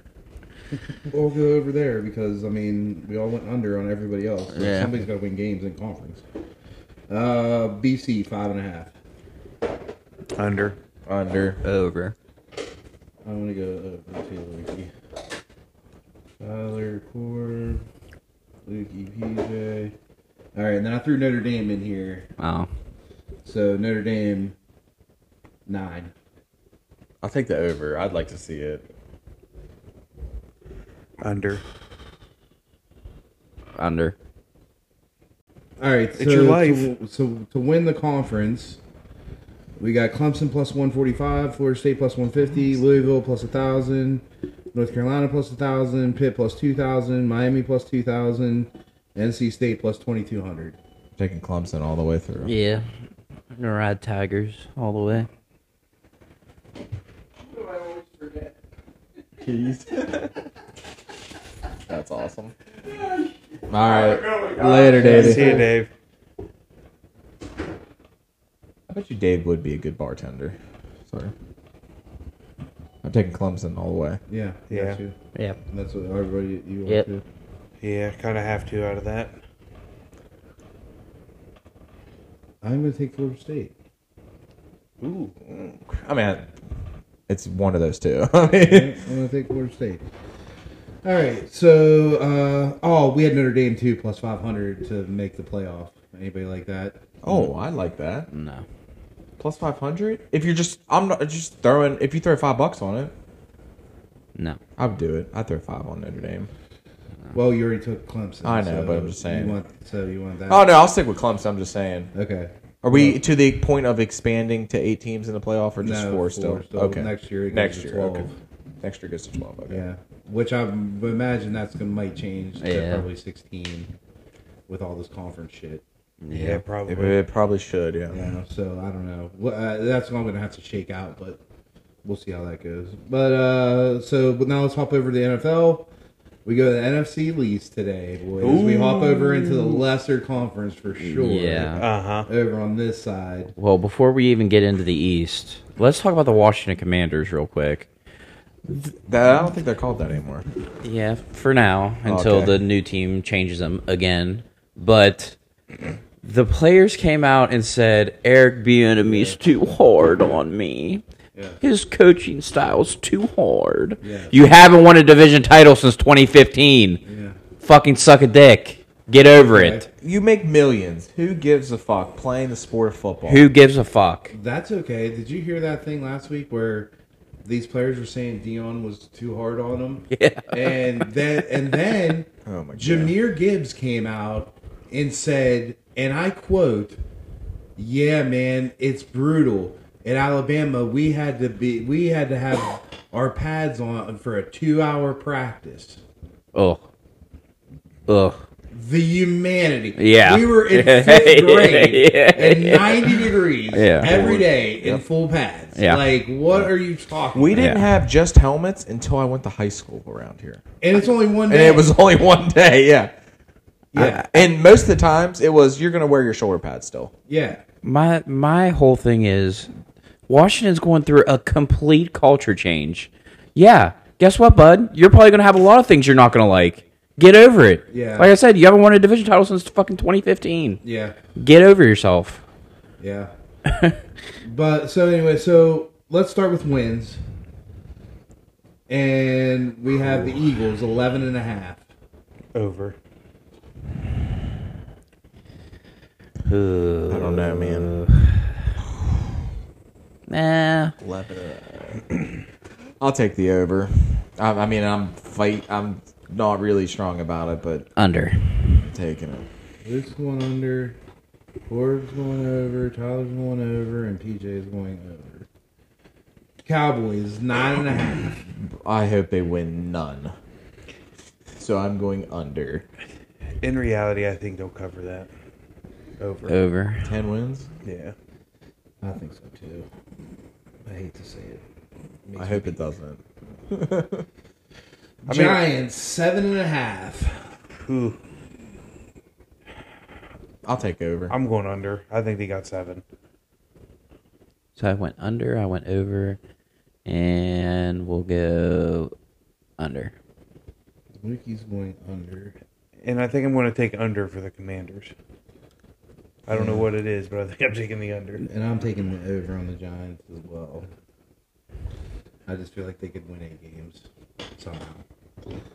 S5: We'll go over there because I mean we all went under on everybody else. So
S1: Yeah.
S5: Somebody's got to win games in conference. Uh, BC five and a half.
S4: Under.
S1: under.
S3: Over.
S5: I'm gonna go over to Luki. Tyler Core, Lukey PJ. All right, and then I threw Notre Dame in here.
S3: Oh.
S5: So Notre Dame nine.
S1: I'll take the over. I'd like to see it.
S4: Under.
S3: Under.
S5: All right, so,
S4: your life.
S5: To, so to win the conference, we got Clemson plus one forty five, Florida State plus one fifty, Louisville plus thousand, North Carolina plus thousand, Pitt plus two thousand, Miami plus two thousand, NC State plus twenty two hundred.
S1: Taking Clemson all the way through.
S3: Yeah. I'm gonna ride Tigers all the way.
S1: (laughs) That's awesome. All right. Later,
S4: See you,
S1: David.
S4: Dave.
S1: I bet you Dave would be a good bartender. Sorry. I'm taking Clemson all the way.
S5: Yeah,
S4: Yeah.
S5: got you.
S3: Yeah.
S5: And that's what everybody you want
S3: Yep.
S5: to.
S4: Yeah, kind of have to out of that.
S5: I'm going to take Florida State.
S1: I mean, it's one of those two. (laughs) I mean,
S5: I'm going to take Florida State. All right, so uh, oh, we had Notre Dame too plus five hundred to make the playoff. Anybody like that?
S1: oh, I like that.
S3: No.
S1: Plus 500? If you're just, I'm not just throwing, if you throw five bucks on it,
S3: No.
S1: I would do it. I'd throw five on Notre Dame.
S5: Well, you already took Clemson.
S1: I know,
S5: so
S1: but I'm just saying.
S5: You want, so you want that?
S1: Oh, no, I'll stick with Clemson. I'm just saying.
S5: Okay.
S1: Are we to the point of expanding to eight teams in the playoff, or just
S5: No,
S1: four,
S5: four
S1: still?
S5: still.
S1: Okay.
S5: Next year it goes
S1: Next
S5: to
S1: year.
S5: 12.
S1: Okay. Next year goes to twelve. Okay.
S5: Yeah, which I m- imagine that's gonna might change to
S3: Yeah.
S5: probably sixteen with all this conference shit.
S4: Yeah, probably.
S1: It, it probably should. Yeah.
S5: You know, so I don't know. Well, uh, that's what I'm gonna have to shake out, but we'll see how that goes. But uh, so but now let's hop over to the NFL. We go to the NFC least today, boys. We hop over into the lesser conference for sure.
S3: Yeah.
S4: Uh huh.
S5: Over on this side,
S3: Well, before we even get into the East, let's talk about the Washington Commanders real quick.
S1: That, I don't think they're called that anymore.
S3: Yeah, for now until
S1: Okay.
S3: the new team changes them again. But the players came out and said Eric Bieniemy's too hard on me. His coaching style's too hard. You haven't won a division title since 2015. Fucking suck a dick. Get over it.
S1: You make millions. Who gives a fuck playing the sport of football?
S3: Who gives a fuck?
S5: that's okay. Did you hear that thing last week where? These players were saying Dion was too hard on
S1: (laughs)
S5: them, yeah. and then and then
S1: Oh my god.
S5: Jameer Gibbs came out and said, and I quote, "Yeah, man, it's brutal. In Alabama, we had to be, we had to have our pads on for a two-hour practice.
S3: Ugh. Ugh.
S5: The humanity.
S3: Yeah.
S5: we were in fifth grade
S3: Yeah.
S5: at ninety degrees
S3: Yeah.
S5: every day in full pads.
S3: Yeah.
S5: Like, what are you talking?
S1: We
S5: about?
S1: didn't
S3: Yeah.
S1: have just helmets until I went to high school around here,
S5: and it's only one
S1: and
S5: day.
S1: it was only one day. Yeah.
S5: yeah,
S1: And most of the times, it was you're gonna wear your shoulder pads still.
S5: yeah.
S3: My my whole thing is Washington's going through a complete culture change. Yeah, guess what, bud? You're probably gonna have a lot of things you're not gonna like. Get over it.
S5: Yeah.
S3: Like I said, you haven't won a division title since fucking 2015.
S5: Yeah,
S3: Get over yourself. (sighs)
S5: yeah. but so anyway, so let's start with wins. And we have the Eagles 11 and a half.
S4: Over.
S1: I don't know, man.
S3: Nah.
S1: I'll take the over. I, I mean, I'm fight. I'm not really strong about it, but
S3: Under.
S1: I'm taking it.
S5: Luke's going under, Forbes going over, Tyler's going over, and PJ's going over. Cowboys nine and a half.
S1: I hope they win none. So I'm going under
S4: In reality, I think they'll cover that. Over.
S3: Over.
S1: ten wins.
S4: Yeah.
S5: I think so too. I hate to say it.
S1: I hope it doesn't.
S5: Giants seven and a half.
S4: Ooh,
S1: I'll take over.
S4: I'm going under. I think they got seven.
S3: So I went under, I went over, and we'll go under.
S5: Lukey's going under.
S4: And I think I'm going to take under for the commanders. I don't know what it is, but I think I'm taking the under.
S5: And I'm taking the over on the Giants as well. I just feel like they could win eight games somehow.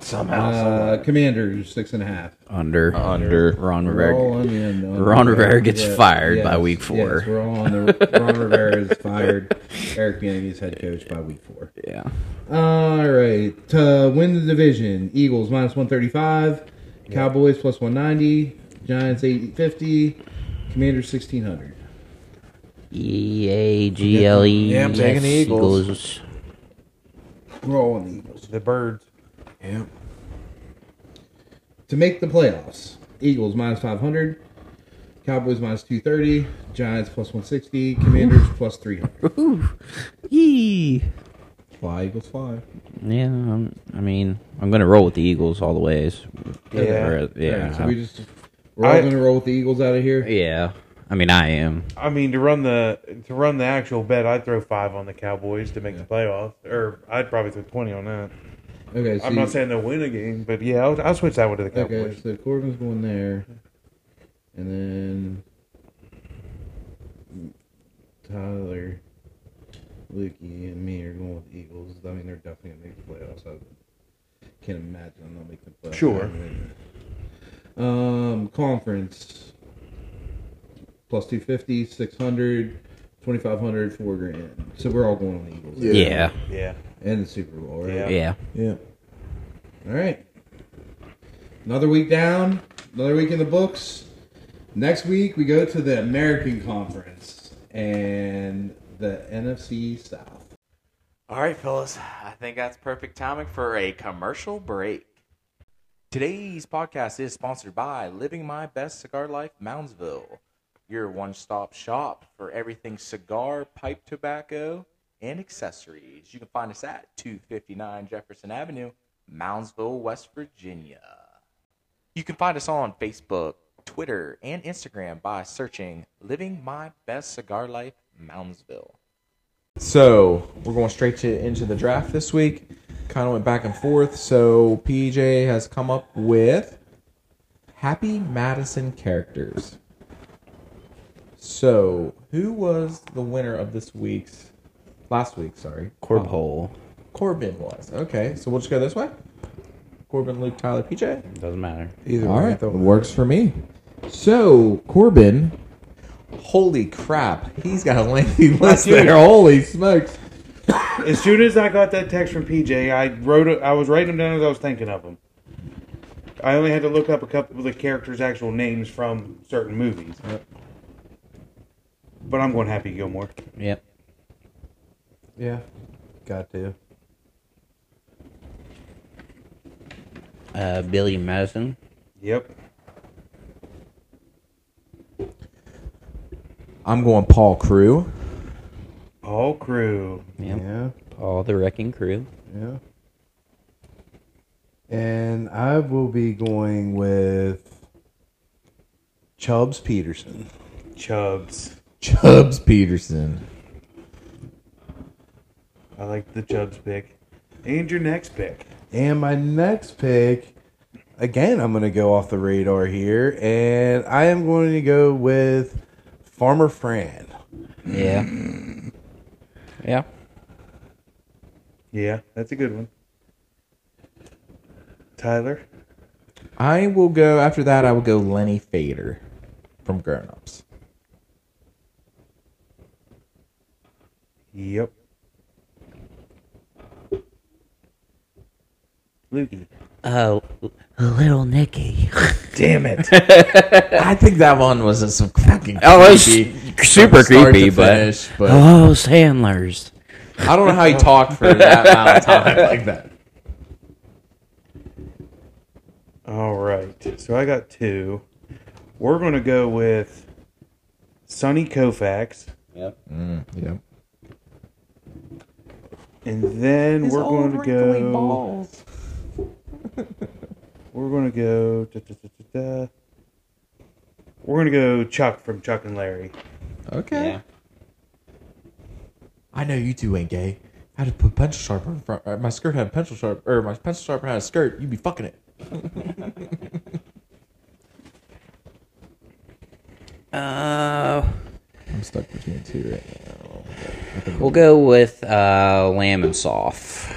S4: Somehow.
S5: Uh, Commanders six and a half.
S3: Under.
S1: Under.
S3: Ron
S5: We're all
S3: Rivera.
S5: on the end, on
S3: Ron Rivera gets
S5: Yeah,
S3: fired by week four.
S5: Yes, we're all on the Ron Rivera is fired. Eric Bieniemy is head coach by week four.
S3: Yeah.
S5: All right. To win the division, Eagles minus 135, Cowboys plus 190, Giants 850, Commanders 1600.
S3: E A G L E.
S8: Yeah, I'm taking the
S3: S
S8: Eagles.
S3: equals-
S5: We're all on the Eagles.
S4: The birds.
S5: To make the playoffs, Eagles minus 500, Cowboys minus 230, Giants plus 160, Commanders plus 300.
S3: Yee.
S5: Fly, Eagles fly.
S3: Yeah, I'm, I mean, I'm going to roll with the Eagles all the ways.
S4: Yeah.
S3: Or- uh, yeah.
S5: All right, so we just, we're all
S4: I-
S5: going to roll with the Eagles out of here.
S3: yeah. I mean, I am.
S4: I mean, to run the to run the actual bet, I'd throw five on the Cowboys to make the playoff, or I'd probably throw twenty on that.
S5: Okay, so
S4: I'm
S5: you-
S4: not saying they'll win a game, but yeah, I'll, I'll switch that one to the Cowboys.
S5: Okay, so Corbin's going there, and then Tyler, Lukey, and me are going with the Eagles. I mean, they're definitely gonna make the playoffs. I can't imagine I'm not making the playoffs.
S4: Sure.
S5: Um, conference plus 250, 600, 2500, four grand. So we're all going on the Eagles
S8: Yeah.
S3: Yeah.
S4: Yeah,
S5: and the Super Bowl, right?
S4: Yeah.
S3: Yeah.
S1: Yeah.
S5: All right. Another week down, another week in the books. Next week, we go to the American Conference and the NFC South.
S9: All right, fellas, I think that's perfect timing for a commercial break. Today's podcast is sponsored by Living My Best Cigar Life Moundsville, your one stop shop for everything cigar, pipe tobacco, and accessories. You can find us at 259 Jefferson Avenue, Moundsville, West Virginia. You can find us on Facebook, Twitter, and Instagram by searching Living My Best Cigar Life Moundsville.
S1: So we're going straight to into the draft this week. Kind of went back and forth. So PJ has come up with Happy Madison characters. So who was the winner of this week's last week? Sorry,
S3: Corb hole.
S1: Corbin was. Okay, so we'll just go this way. Corbin, Luke, Tyler, PJ.
S3: Doesn't matter.
S8: Either
S1: All
S8: way,
S1: right,
S8: though.
S1: works for me. So Corbin, holy crap, he's got a lengthy (laughs) list there. Holy smokes!
S4: As soon as I got that text from PJ, I wrote it. I was writing them down as I was thinking of them. I only had to look up a couple of the characters' actual names from certain movies. But I'm going Happy Gilmore.
S3: Yep.
S8: Yeah, got to.
S3: Uh, Billy Madison.
S4: Yep.
S1: I'm going Paul Crew.
S4: Paul Crew.
S3: Yep.
S8: Yeah,
S3: Paul the Wrecking Crew.
S8: yeah. And I will be going with Chubbs Peterson.
S4: Chubbs.
S1: Chubbs Peterson.
S4: I like the Chubbs pick. And your next pick.
S8: And my next pick, again, I'm going to go off the radar here, and I am going to go with Farmer Fran.
S3: Yeah. yeah.
S4: Yeah, that's a good one. Tyler.
S1: I will go after that. I will go Lenny Fader from Grown Ups.
S4: Yep. Lukey.
S3: Oh, Little Nicky. (laughs)
S4: Damn it.
S1: I think that one was just some fucking.
S3: Oh, it's
S1: creepy
S3: super
S1: from start
S3: creepy,
S1: to
S3: but-
S1: finish, but
S3: Oh, Sandler's.
S1: I don't know how he talked for that amount (laughs) of time like that.
S4: All right. So I got two. We're going to go with Sonny Koufax.
S1: Yeah.
S4: And then we're going to go. We're going to go. da, da, da, da, da. We're going to go Chuck from Chuck and Larry.
S1: Okay. I know you two ain't gay. I had to put pencil sharper in front. uh, My skirt had a pencil sharp, or my pencil sharper had a skirt. You'd be fucking it.
S3: Uh,
S1: I'm stuck between two right now.
S3: we'll go with uh, Lamb and Soft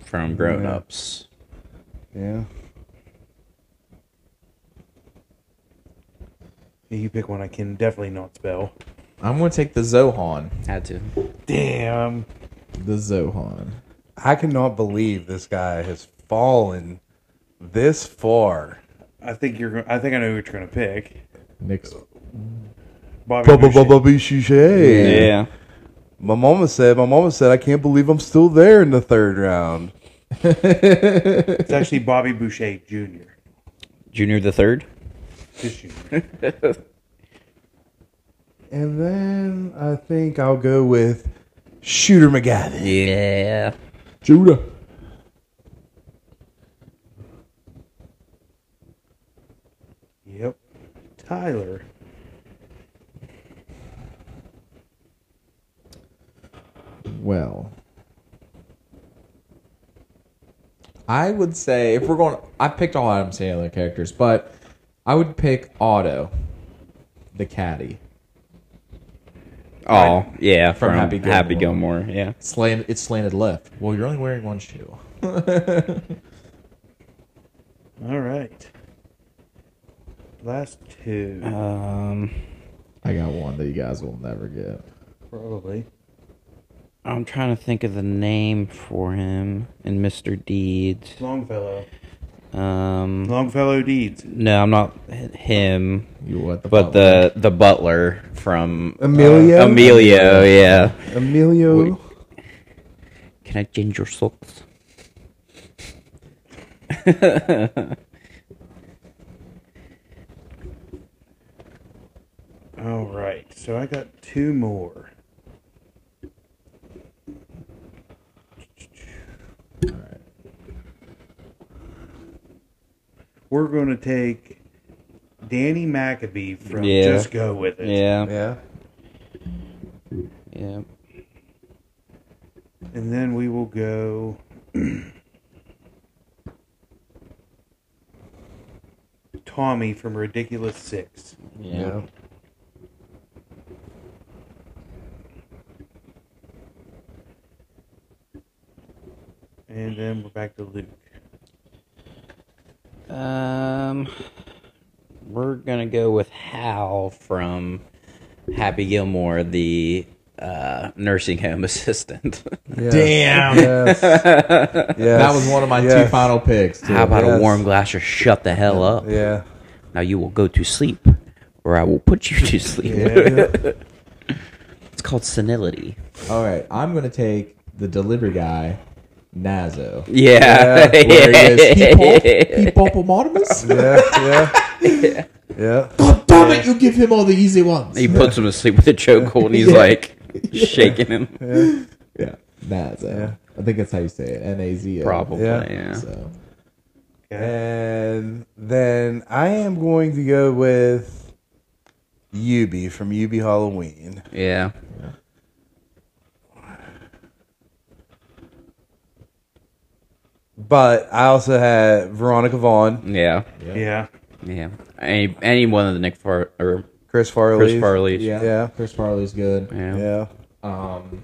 S3: from Grown Ups.
S5: Yeah.
S4: You pick one I can definitely not spell.
S10: I'm gonna take the Zohan.
S3: Had to.
S4: Damn.
S10: The Zohan.
S5: I cannot believe this guy has fallen this far.
S4: I think you're. go- I think I know what you're gonna pick.
S10: Nick's
S4: Bobby. Boucher.
S5: Ba-ba-ba-ba-ba-shushay. My mama said, my mama said, I can't believe I'm still there in the third round.
S4: It's actually Bobby Boucher Jr.
S3: Junior the third.
S4: Just Jr.
S5: And then I think I'll go with Shooter McGavin.
S3: Yeah.
S10: Judah.
S4: yep. Tyler.
S10: Well, I would say if we're going, I picked all Adam Sandler characters, but I would pick Otto, the caddy.
S3: Oh yeah, from,
S10: Happy
S3: Happy
S10: Gilmore.
S3: Gilmore. Yeah.
S10: Slant, it's slanted left. Well, you're only wearing one shoe.
S4: All right. Last two,
S3: Um,
S10: I got one that you guys will never get.
S4: probably.
S3: I'm trying to think of the name for him and Mr. Deeds.
S4: Longfellow.
S3: Um,
S4: Longfellow Deeds.
S3: no, I'm not h- him,
S10: You what? The
S3: but the the butler from uh,
S5: Emilio?
S3: Emilio, yeah.
S5: Emilio.
S3: Wait. Can I change your (laughs) socks?
S4: All right. So I got two more. We're going to take Danny McAbee from
S3: Yeah.
S4: Just Go With It.
S3: Yeah,
S5: Yeah.
S3: yeah.
S4: And then we will go. Tommy from Ridiculous Six.
S3: Yeah.
S4: And then we're back to Luke.
S3: Um, we're gonna go with Hal from Happy Gilmore, the uh, nursing home (laughs) assistant.
S10: Damn.
S5: Yes.
S10: (laughs) That was one of my
S5: Yes.
S10: two final picks. Too.
S3: How about
S5: Yes.
S3: a warm glass of shut the hell up?
S5: Yeah.
S3: Now you will go to sleep, or I will put you to sleep. (laughs) it's called senility.
S10: All right, I'm gonna take the delivery guy, Nazo. (laughs)
S3: Yeah.
S10: Where he goes, he pulp,
S3: (laughs)
S10: he pulpomotamus?
S5: Yeah. Yeah.
S10: (laughs)
S5: Yeah.
S10: God damn it, you give him all the easy ones.
S3: He puts him to sleep with a chokehold, and he's like shaking him.
S10: Yeah, Nazo.
S5: Yeah.
S10: I think that's how you say it. N A Z O.
S3: Probably.
S5: Yeah.
S3: Yeah.
S10: So
S5: And then I am going to go with Yubi from Yubi Halloween.
S3: yeah.
S5: But I also had Veronica Vaughn,
S3: Yeah.
S4: Yeah.
S3: Yeah. Any any one of the Nick Far or
S5: Chris Farley.
S3: Chris Farley.
S5: Yeah. Yeah.
S10: Chris Farley's good.
S3: Yeah.
S5: Yeah.
S10: Um,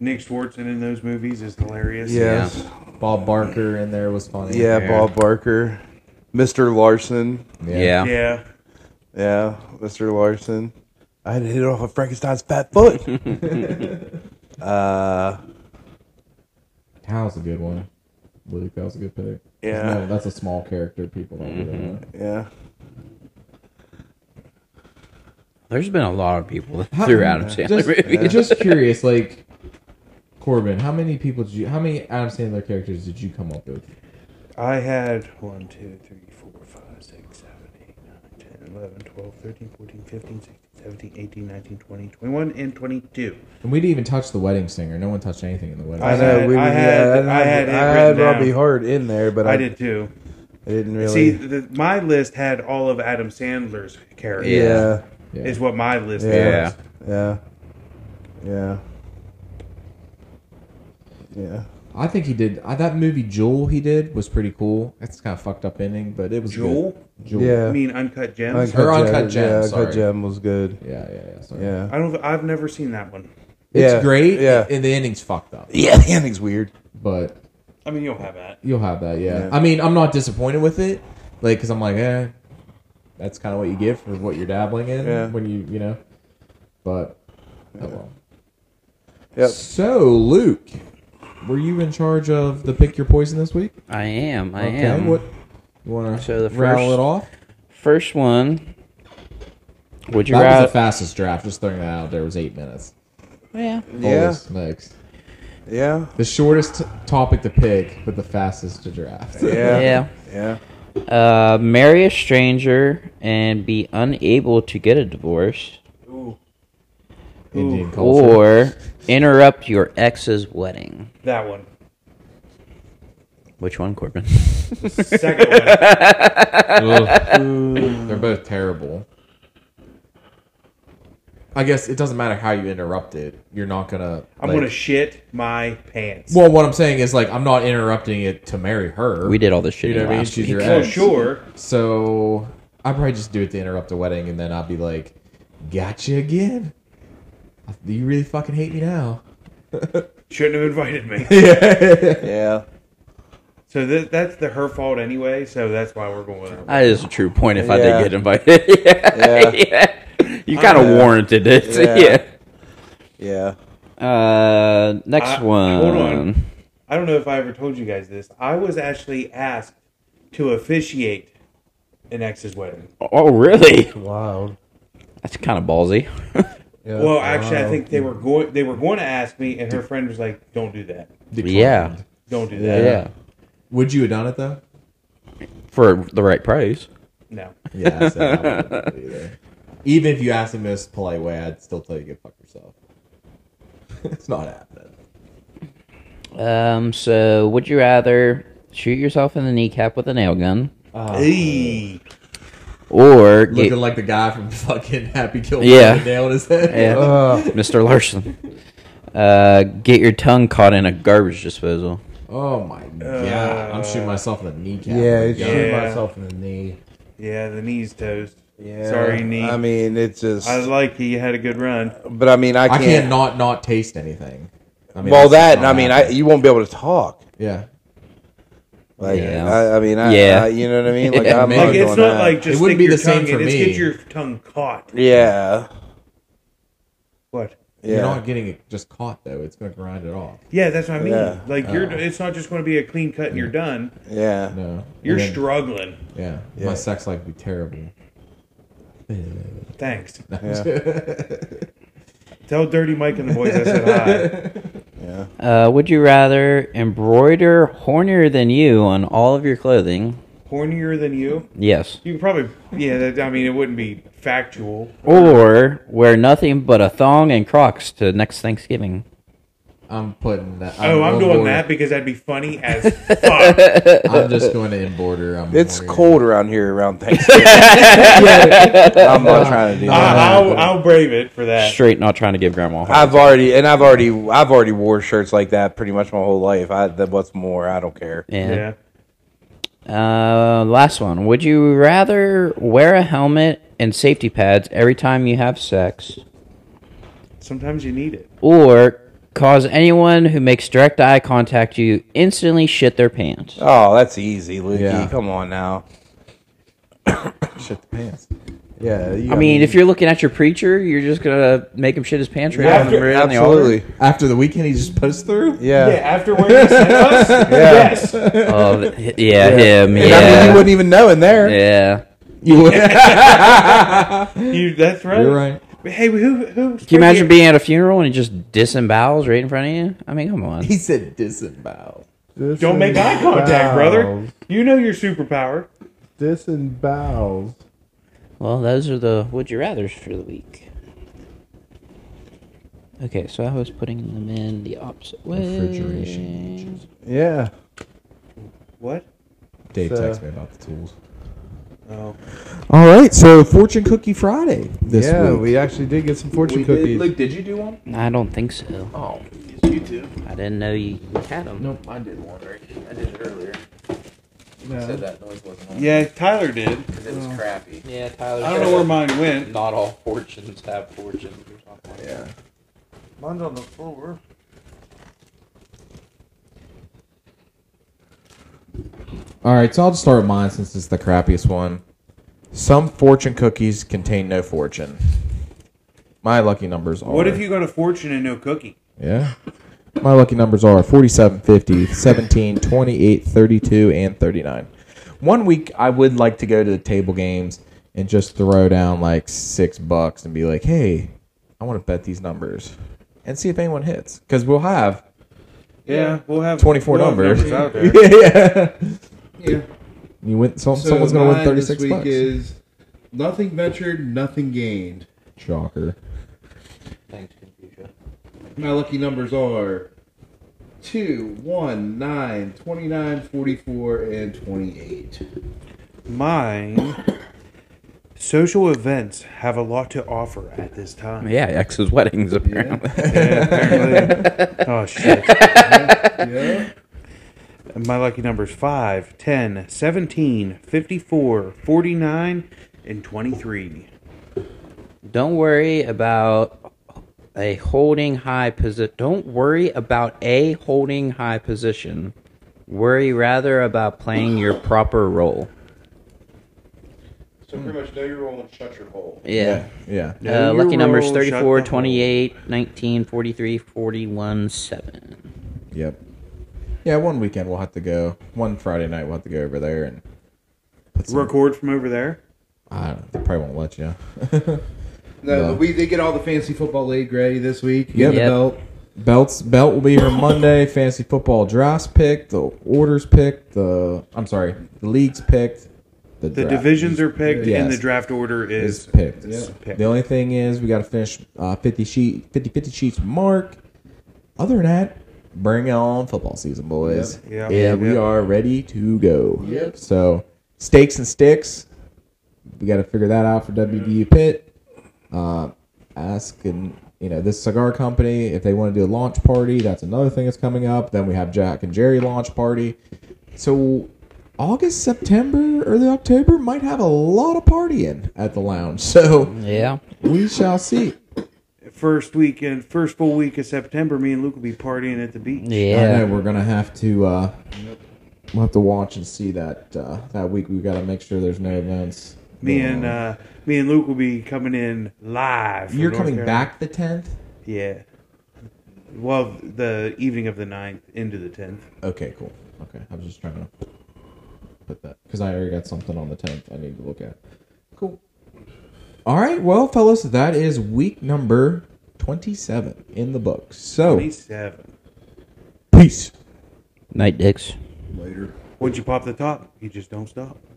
S4: Nick Swartzen in those movies is hilarious.
S5: Yes.
S10: Bob Barker in there was funny.
S5: Yeah.
S3: Yeah.
S5: Bob Barker. Mr. Larson.
S3: Yeah.
S4: Yeah.
S5: Yeah. Mr. Larson. I had to hit it off of Frankenstein's fat foot. uh,
S10: That was a good one. Luke, that was a good pick.
S5: Yeah.
S10: No, that's a small character. People don't really know.
S5: yeah.
S3: There's been a lot of people that threw Adam Sandler
S10: Just,
S3: movies.
S10: (laughs) just curious, like Corbin, how many people did you? How many Adam Sandler characters did you come up with?
S4: I had 1, 2, 3, 4, 5, 6, 7, 8, 9, 10, 11, 12, 13, 14, 15, 16, 17, 18, 19, 20, 21, and 22.
S10: And we didn't even touch the wedding singer. No one touched anything in the wedding.
S4: I
S5: I
S10: Singer.
S5: know.
S4: had-
S5: we,
S4: I
S5: yeah,
S4: had-
S5: didn't
S4: I
S5: have-
S4: had it
S5: I had
S4: written
S5: Robbie
S4: down.
S5: Hart in there, but I,
S4: I did too.
S5: I didn't really.
S4: See, the, my list had all of Adam Sandler's characters.
S5: yeah.
S10: Yeah.
S4: Is what my list
S5: Yeah.
S4: was.
S5: Yeah. Yeah. Yeah.
S10: I think he did. I, that movie Jewel he did was pretty cool. It's kind of fucked up ending, but it was
S4: Jewel?
S10: Good. Jewel.
S5: Yeah.
S4: I mean, Uncut Gems.
S10: Her Uncut Gem,
S5: Yeah,
S10: sorry.
S5: Uncut Gem was good.
S10: Yeah. Yeah. Yeah. Sorry.
S5: Yeah.
S4: I don't. I've never seen that one.
S10: It's
S5: Yeah,
S10: great.
S5: yeah.
S10: And the ending's fucked up.
S5: Yeah, the ending's weird.
S10: But
S4: I mean, you'll have that.
S10: You'll have that, yeah. I mean, I'm not disappointed with it, like, because I'm like, eh, that's kind of what you get for what you're dabbling in
S1: Yeah.
S10: when you, you know. But oh well.
S1: Yep.
S10: So Luke, were you in charge of the pick your poison this week?
S3: I am. I
S10: okay,
S3: am.
S10: What you want to
S3: So the
S10: rattle
S3: first-
S10: it off?
S3: First one. Would you
S10: That was
S3: rather?
S10: the fastest draft. Just throwing that out there was eight minutes.
S3: yeah.
S1: Yeah.
S10: Holy smokes.
S1: Yeah.
S10: The shortest t- topic to pick, but the fastest to draft.
S1: Yeah.
S3: Yeah.
S1: Yeah.
S3: Uh, marry a stranger and be unable to get a divorce,
S10: Indian culture.
S3: or interrupt your ex's wedding.
S4: That one.
S3: Which one, Corbin?
S4: Second one.
S10: Ugh. They're both terrible. I guess it doesn't matter how you interrupt it. You're not gonna.
S4: I'm
S10: like-
S4: gonna shit my pants.
S10: Well, what I'm saying is like I'm not interrupting it to marry her.
S3: We did all this shit
S10: You know what I mean?
S3: last
S10: She's your
S3: week.
S4: Well,
S10: ex.
S4: sure.
S10: So I probably just do it to interrupt a wedding, and then I'll be like, "Gotcha again. Do you really fucking hate me now?"
S4: Shouldn't have invited me.
S1: Yeah.
S4: So th- that's the her fault anyway. So that's why we're going with her.
S3: That is a true point. If I did
S1: Yeah.
S3: get invited, (laughs) yeah. Yeah. you kind of
S1: Yeah.
S3: warranted it.
S1: Yeah.
S3: (laughs) Yeah.
S1: Yeah.
S3: Uh, next
S4: I-
S3: one.
S4: hold on. I don't know if I ever told you guys this. I was actually asked to officiate an ex's wedding.
S3: Oh, really?
S5: Wild.
S3: That's kind of ballsy.
S10: Oh,
S4: well, actually, I think they were going. They were going to ask me, and her friend was like, "Don't do that.
S3: Yeah.
S4: Don't do
S3: (laughs) yeah,
S4: that.
S10: Would you have done it though?
S3: Uh, for the right price.
S4: No."
S10: Yeah, I said I wouldn't have done it either. (laughs) Even if you asked in the most polite way, I'd still tell you to go fuck yourself. (laughs) it's not happening.
S3: Um, so would you rather shoot yourself in the kneecap with a nail gun
S4: Eee.
S3: or get,
S10: Looking like the guy from fucking Happy Kill
S3: Yeah.
S10: with a nail in his head.
S3: (laughs) Yeah. Mr. Larson? Uh, get your tongue caught in a garbage disposal.
S10: (laughs) Oh my god! I'm
S4: Uh,
S10: shooting myself in the kneecap.
S5: Yeah,
S10: with a
S5: it
S10: gun.
S5: shoot
S4: Yeah.
S5: myself in the knee.
S4: Yeah, the knees toast.
S5: Yeah.
S4: Sorry, knee.
S1: I
S4: I,
S1: mean, it's just.
S4: like you. You had a good run.
S1: But I mean, I
S10: I
S1: can't.
S10: can't not not taste anything. I mean,
S1: well,
S10: that's just
S1: that.
S10: not
S1: I mean, I
S10: happening.
S1: you won't be able to talk.
S10: yeah.
S1: Like,
S3: Yeah.
S1: I, I mean, I,
S3: Yeah.
S1: I- you know what I mean? Like,
S3: Yeah,
S1: I'm
S10: man.
S1: not
S4: Like it's
S1: doing
S4: not
S1: that.
S4: like just
S10: It
S4: stick
S10: wouldn't be
S4: your
S10: the same
S4: tongue
S10: for
S4: in. It's
S10: me.
S4: get your tongue caught.
S1: Yeah.
S4: What?
S1: Yeah.
S10: You're not getting it just caught though. It's gonna grind it off.
S4: Yeah, that's what I mean.
S1: Yeah.
S4: Like you're. It's not just going to be a clean cut and you're done.
S1: yeah.
S10: No,
S4: You're
S10: And then-
S4: struggling.
S10: Yeah.
S1: Yeah.
S10: my sex life would be terrible. (laughs)
S4: Thanks.
S1: Yeah.
S4: Tell Dirty Mike and the boys I said
S10: (laughs)
S4: hi.
S3: Uh, would you rather embroider hornier than you on all of your clothing?
S4: Hornier than you.
S3: Yes.
S4: You could probably. Yeah, that, I mean, it wouldn't be factual.
S3: Or wear nothing but a thong and Crocs to next Thanksgiving.
S10: I'm putting that.
S4: Oh, I'm doing
S10: embroider-
S4: that because that'd be funny as
S10: (laughs)
S4: fuck.
S10: I'm just going to embroider. I'm
S1: It's
S10: embroidering.
S1: cold around here
S10: (laughs)
S1: around Thanksgiving. I'm not trying to do
S4: I,
S1: that.
S4: I'll, I'll brave it for that.
S3: Straight, not trying to give grandma. a hard
S1: I've already and I've already I've already wore shirts like that pretty much my whole life. I that what's more, I don't care.
S3: Yeah.
S4: Yeah.
S3: Uh, last one. Would you rather wear a helmet and safety pads every time you have sex,
S4: Sometimes you need it.
S3: or cause anyone who makes direct eye contact you instantly shit their pants?
S1: Oh, that's easy, Lukey.
S10: Yeah.
S1: Come on
S10: (coughs)
S1: now.
S5: Shit the pants. Yeah. you-
S3: I mean, if you're looking at your preacher, you're just gonna make him shit his pants right (laughs) on the right on the altar.
S1: Absolutely.
S10: After the weekend, he just pushed through.
S1: Yeah.
S4: Yeah,
S10: (laughs)
S4: after where you sent us? Yes.
S3: Oh, th- yeah, him.
S1: And I mean, you
S3: Yeah,
S1: wouldn't even know in there.
S3: yeah.
S4: You, that's right.
S10: (laughs) You're right.
S4: Hey, who? who
S3: Can you imagine being at a funeral and he just disembowels right in front of you? I mean, come on.
S10: He said disembowel.
S5: This
S4: Don't make eye
S5: disembowels.
S4: contact, brother. You know your superpower.
S5: Disembowels.
S3: Well, those are the would you rather's for the week. Okay, so I was putting them in the opposite way.
S10: Refrigeration features.
S5: Yeah.
S4: What?
S5: So-
S10: Dave texted me about the tools.
S4: Oh,
S10: All right, so fortune cookie Friday this
S5: yeah,
S10: week.
S5: we actually did get some fortune cookies.
S11: did you do one?
S3: I don't think so.
S11: Oh, you too.
S3: I didn't know you had them.
S11: Nope, I did one. Right? I did it earlier. I said that noise wasn't on
S4: yeah. Tyler did.
S11: because it was crappy.
S3: Yeah, Tyler.
S4: I don't know where mine went.
S3: Not all fortunes have fortunes or something.
S5: yeah.
S4: Mine's on the floor.
S10: All right, so I'll just start with mine since it's the crappiest one. Some fortune cookies contain no fortune. My lucky numbers are.
S4: What if you got a fortune and no cookie?
S10: Yeah. My lucky numbers are 47, 50, 17, 28, 32, and 39. One week, I would like to go to the table games and just throw down like six bucks and be like, hey, I want to bet these numbers and see if anyone hits. Because we'll have
S4: Yeah, we'll have
S10: 24
S4: we'll have
S10: numbers. (laughs)
S4: out there.
S10: yeah.
S5: Yeah.
S10: You win, so,
S5: So
S10: someone's going to win
S5: mine this
S10: 36
S5: week
S10: bucks.
S5: is nothing ventured, nothing gained.
S10: Shocker.
S5: My lucky numbers are 2, 1, 9, 29, 44, and 28.
S4: Mine. Social events have a lot to offer at this time.
S3: Yeah, ex's weddings apparently.
S4: Yeah, apparently. oh shit.
S5: (laughs) Yeah.
S4: My lucky numbers 5, 10, 17, 54, 49, and 23.
S3: (laughs) Don't worry about a holding high position. Don't worry about a holding high position. Worry rather about playing your proper role.
S5: So pretty much know your role and shut your hole.
S3: Yeah.
S10: Yeah.
S3: Uh,
S4: Know
S3: lucky
S4: your
S3: numbers
S4: role, shut
S3: 34,
S4: the hole.
S3: 28, 19, 43, 41, 7.
S10: Yep. Yeah, one weekend we'll have to go. One Friday night we'll have to go over there and put some.
S4: Record from over there.
S10: I don't know. They probably won't let you. (laughs)
S5: No,
S10: No.
S5: We, they get all the fancy football league ready this week.
S10: Yep.
S5: Get the
S3: Yep.
S5: belt.
S10: Belts belt will be here Monday. Fantasy football drafts picked. The orders picked. The I'm sorry, the leagues picked.
S4: The divisions are picked,
S10: Yes.
S4: and the draft order
S10: is
S4: is.
S10: picked.
S4: picked.
S10: The only thing is we got to finish uh, 50 sheet 50 50 sheets with mark. Other than that, bring on football season, boys.
S4: Yep. Yep.
S10: And we
S4: Yep.
S10: are ready to go.
S5: Yep.
S10: So stakes and sticks. We got to figure that out for WVU Pit. Uh, ask and you know this cigar company if they want to do a launch party. That's another thing that's coming up. Then we have Jack and Jerry launch party. So August, September, early October might have a lot of partying at the lounge. (laughs) So
S3: Yeah.
S10: we shall see.
S4: First weekend, first full week of September, me and Luke will be partying at the beach.
S10: I know
S3: Yeah.
S10: we're gonna have to. Uh, We'll have to watch and see that uh, that week. We've got to make sure there's no events.
S4: Me
S10: going
S4: and
S10: on.
S4: uh, me and Luke will be coming in live. from
S10: you're
S4: North
S10: coming
S4: Carolina.
S10: back the tenth.
S4: Yeah. Well, the evening of the 9th into the 10th.
S10: Okay, cool. Okay, I was just trying to put that because I already got something on the tenth. I need to look at. Cool. All right, well, fellas, that is week number twenty-seven in the book. So
S4: 27.
S10: peace.
S3: Night dicks.
S4: Once you pop the top, you just don't stop.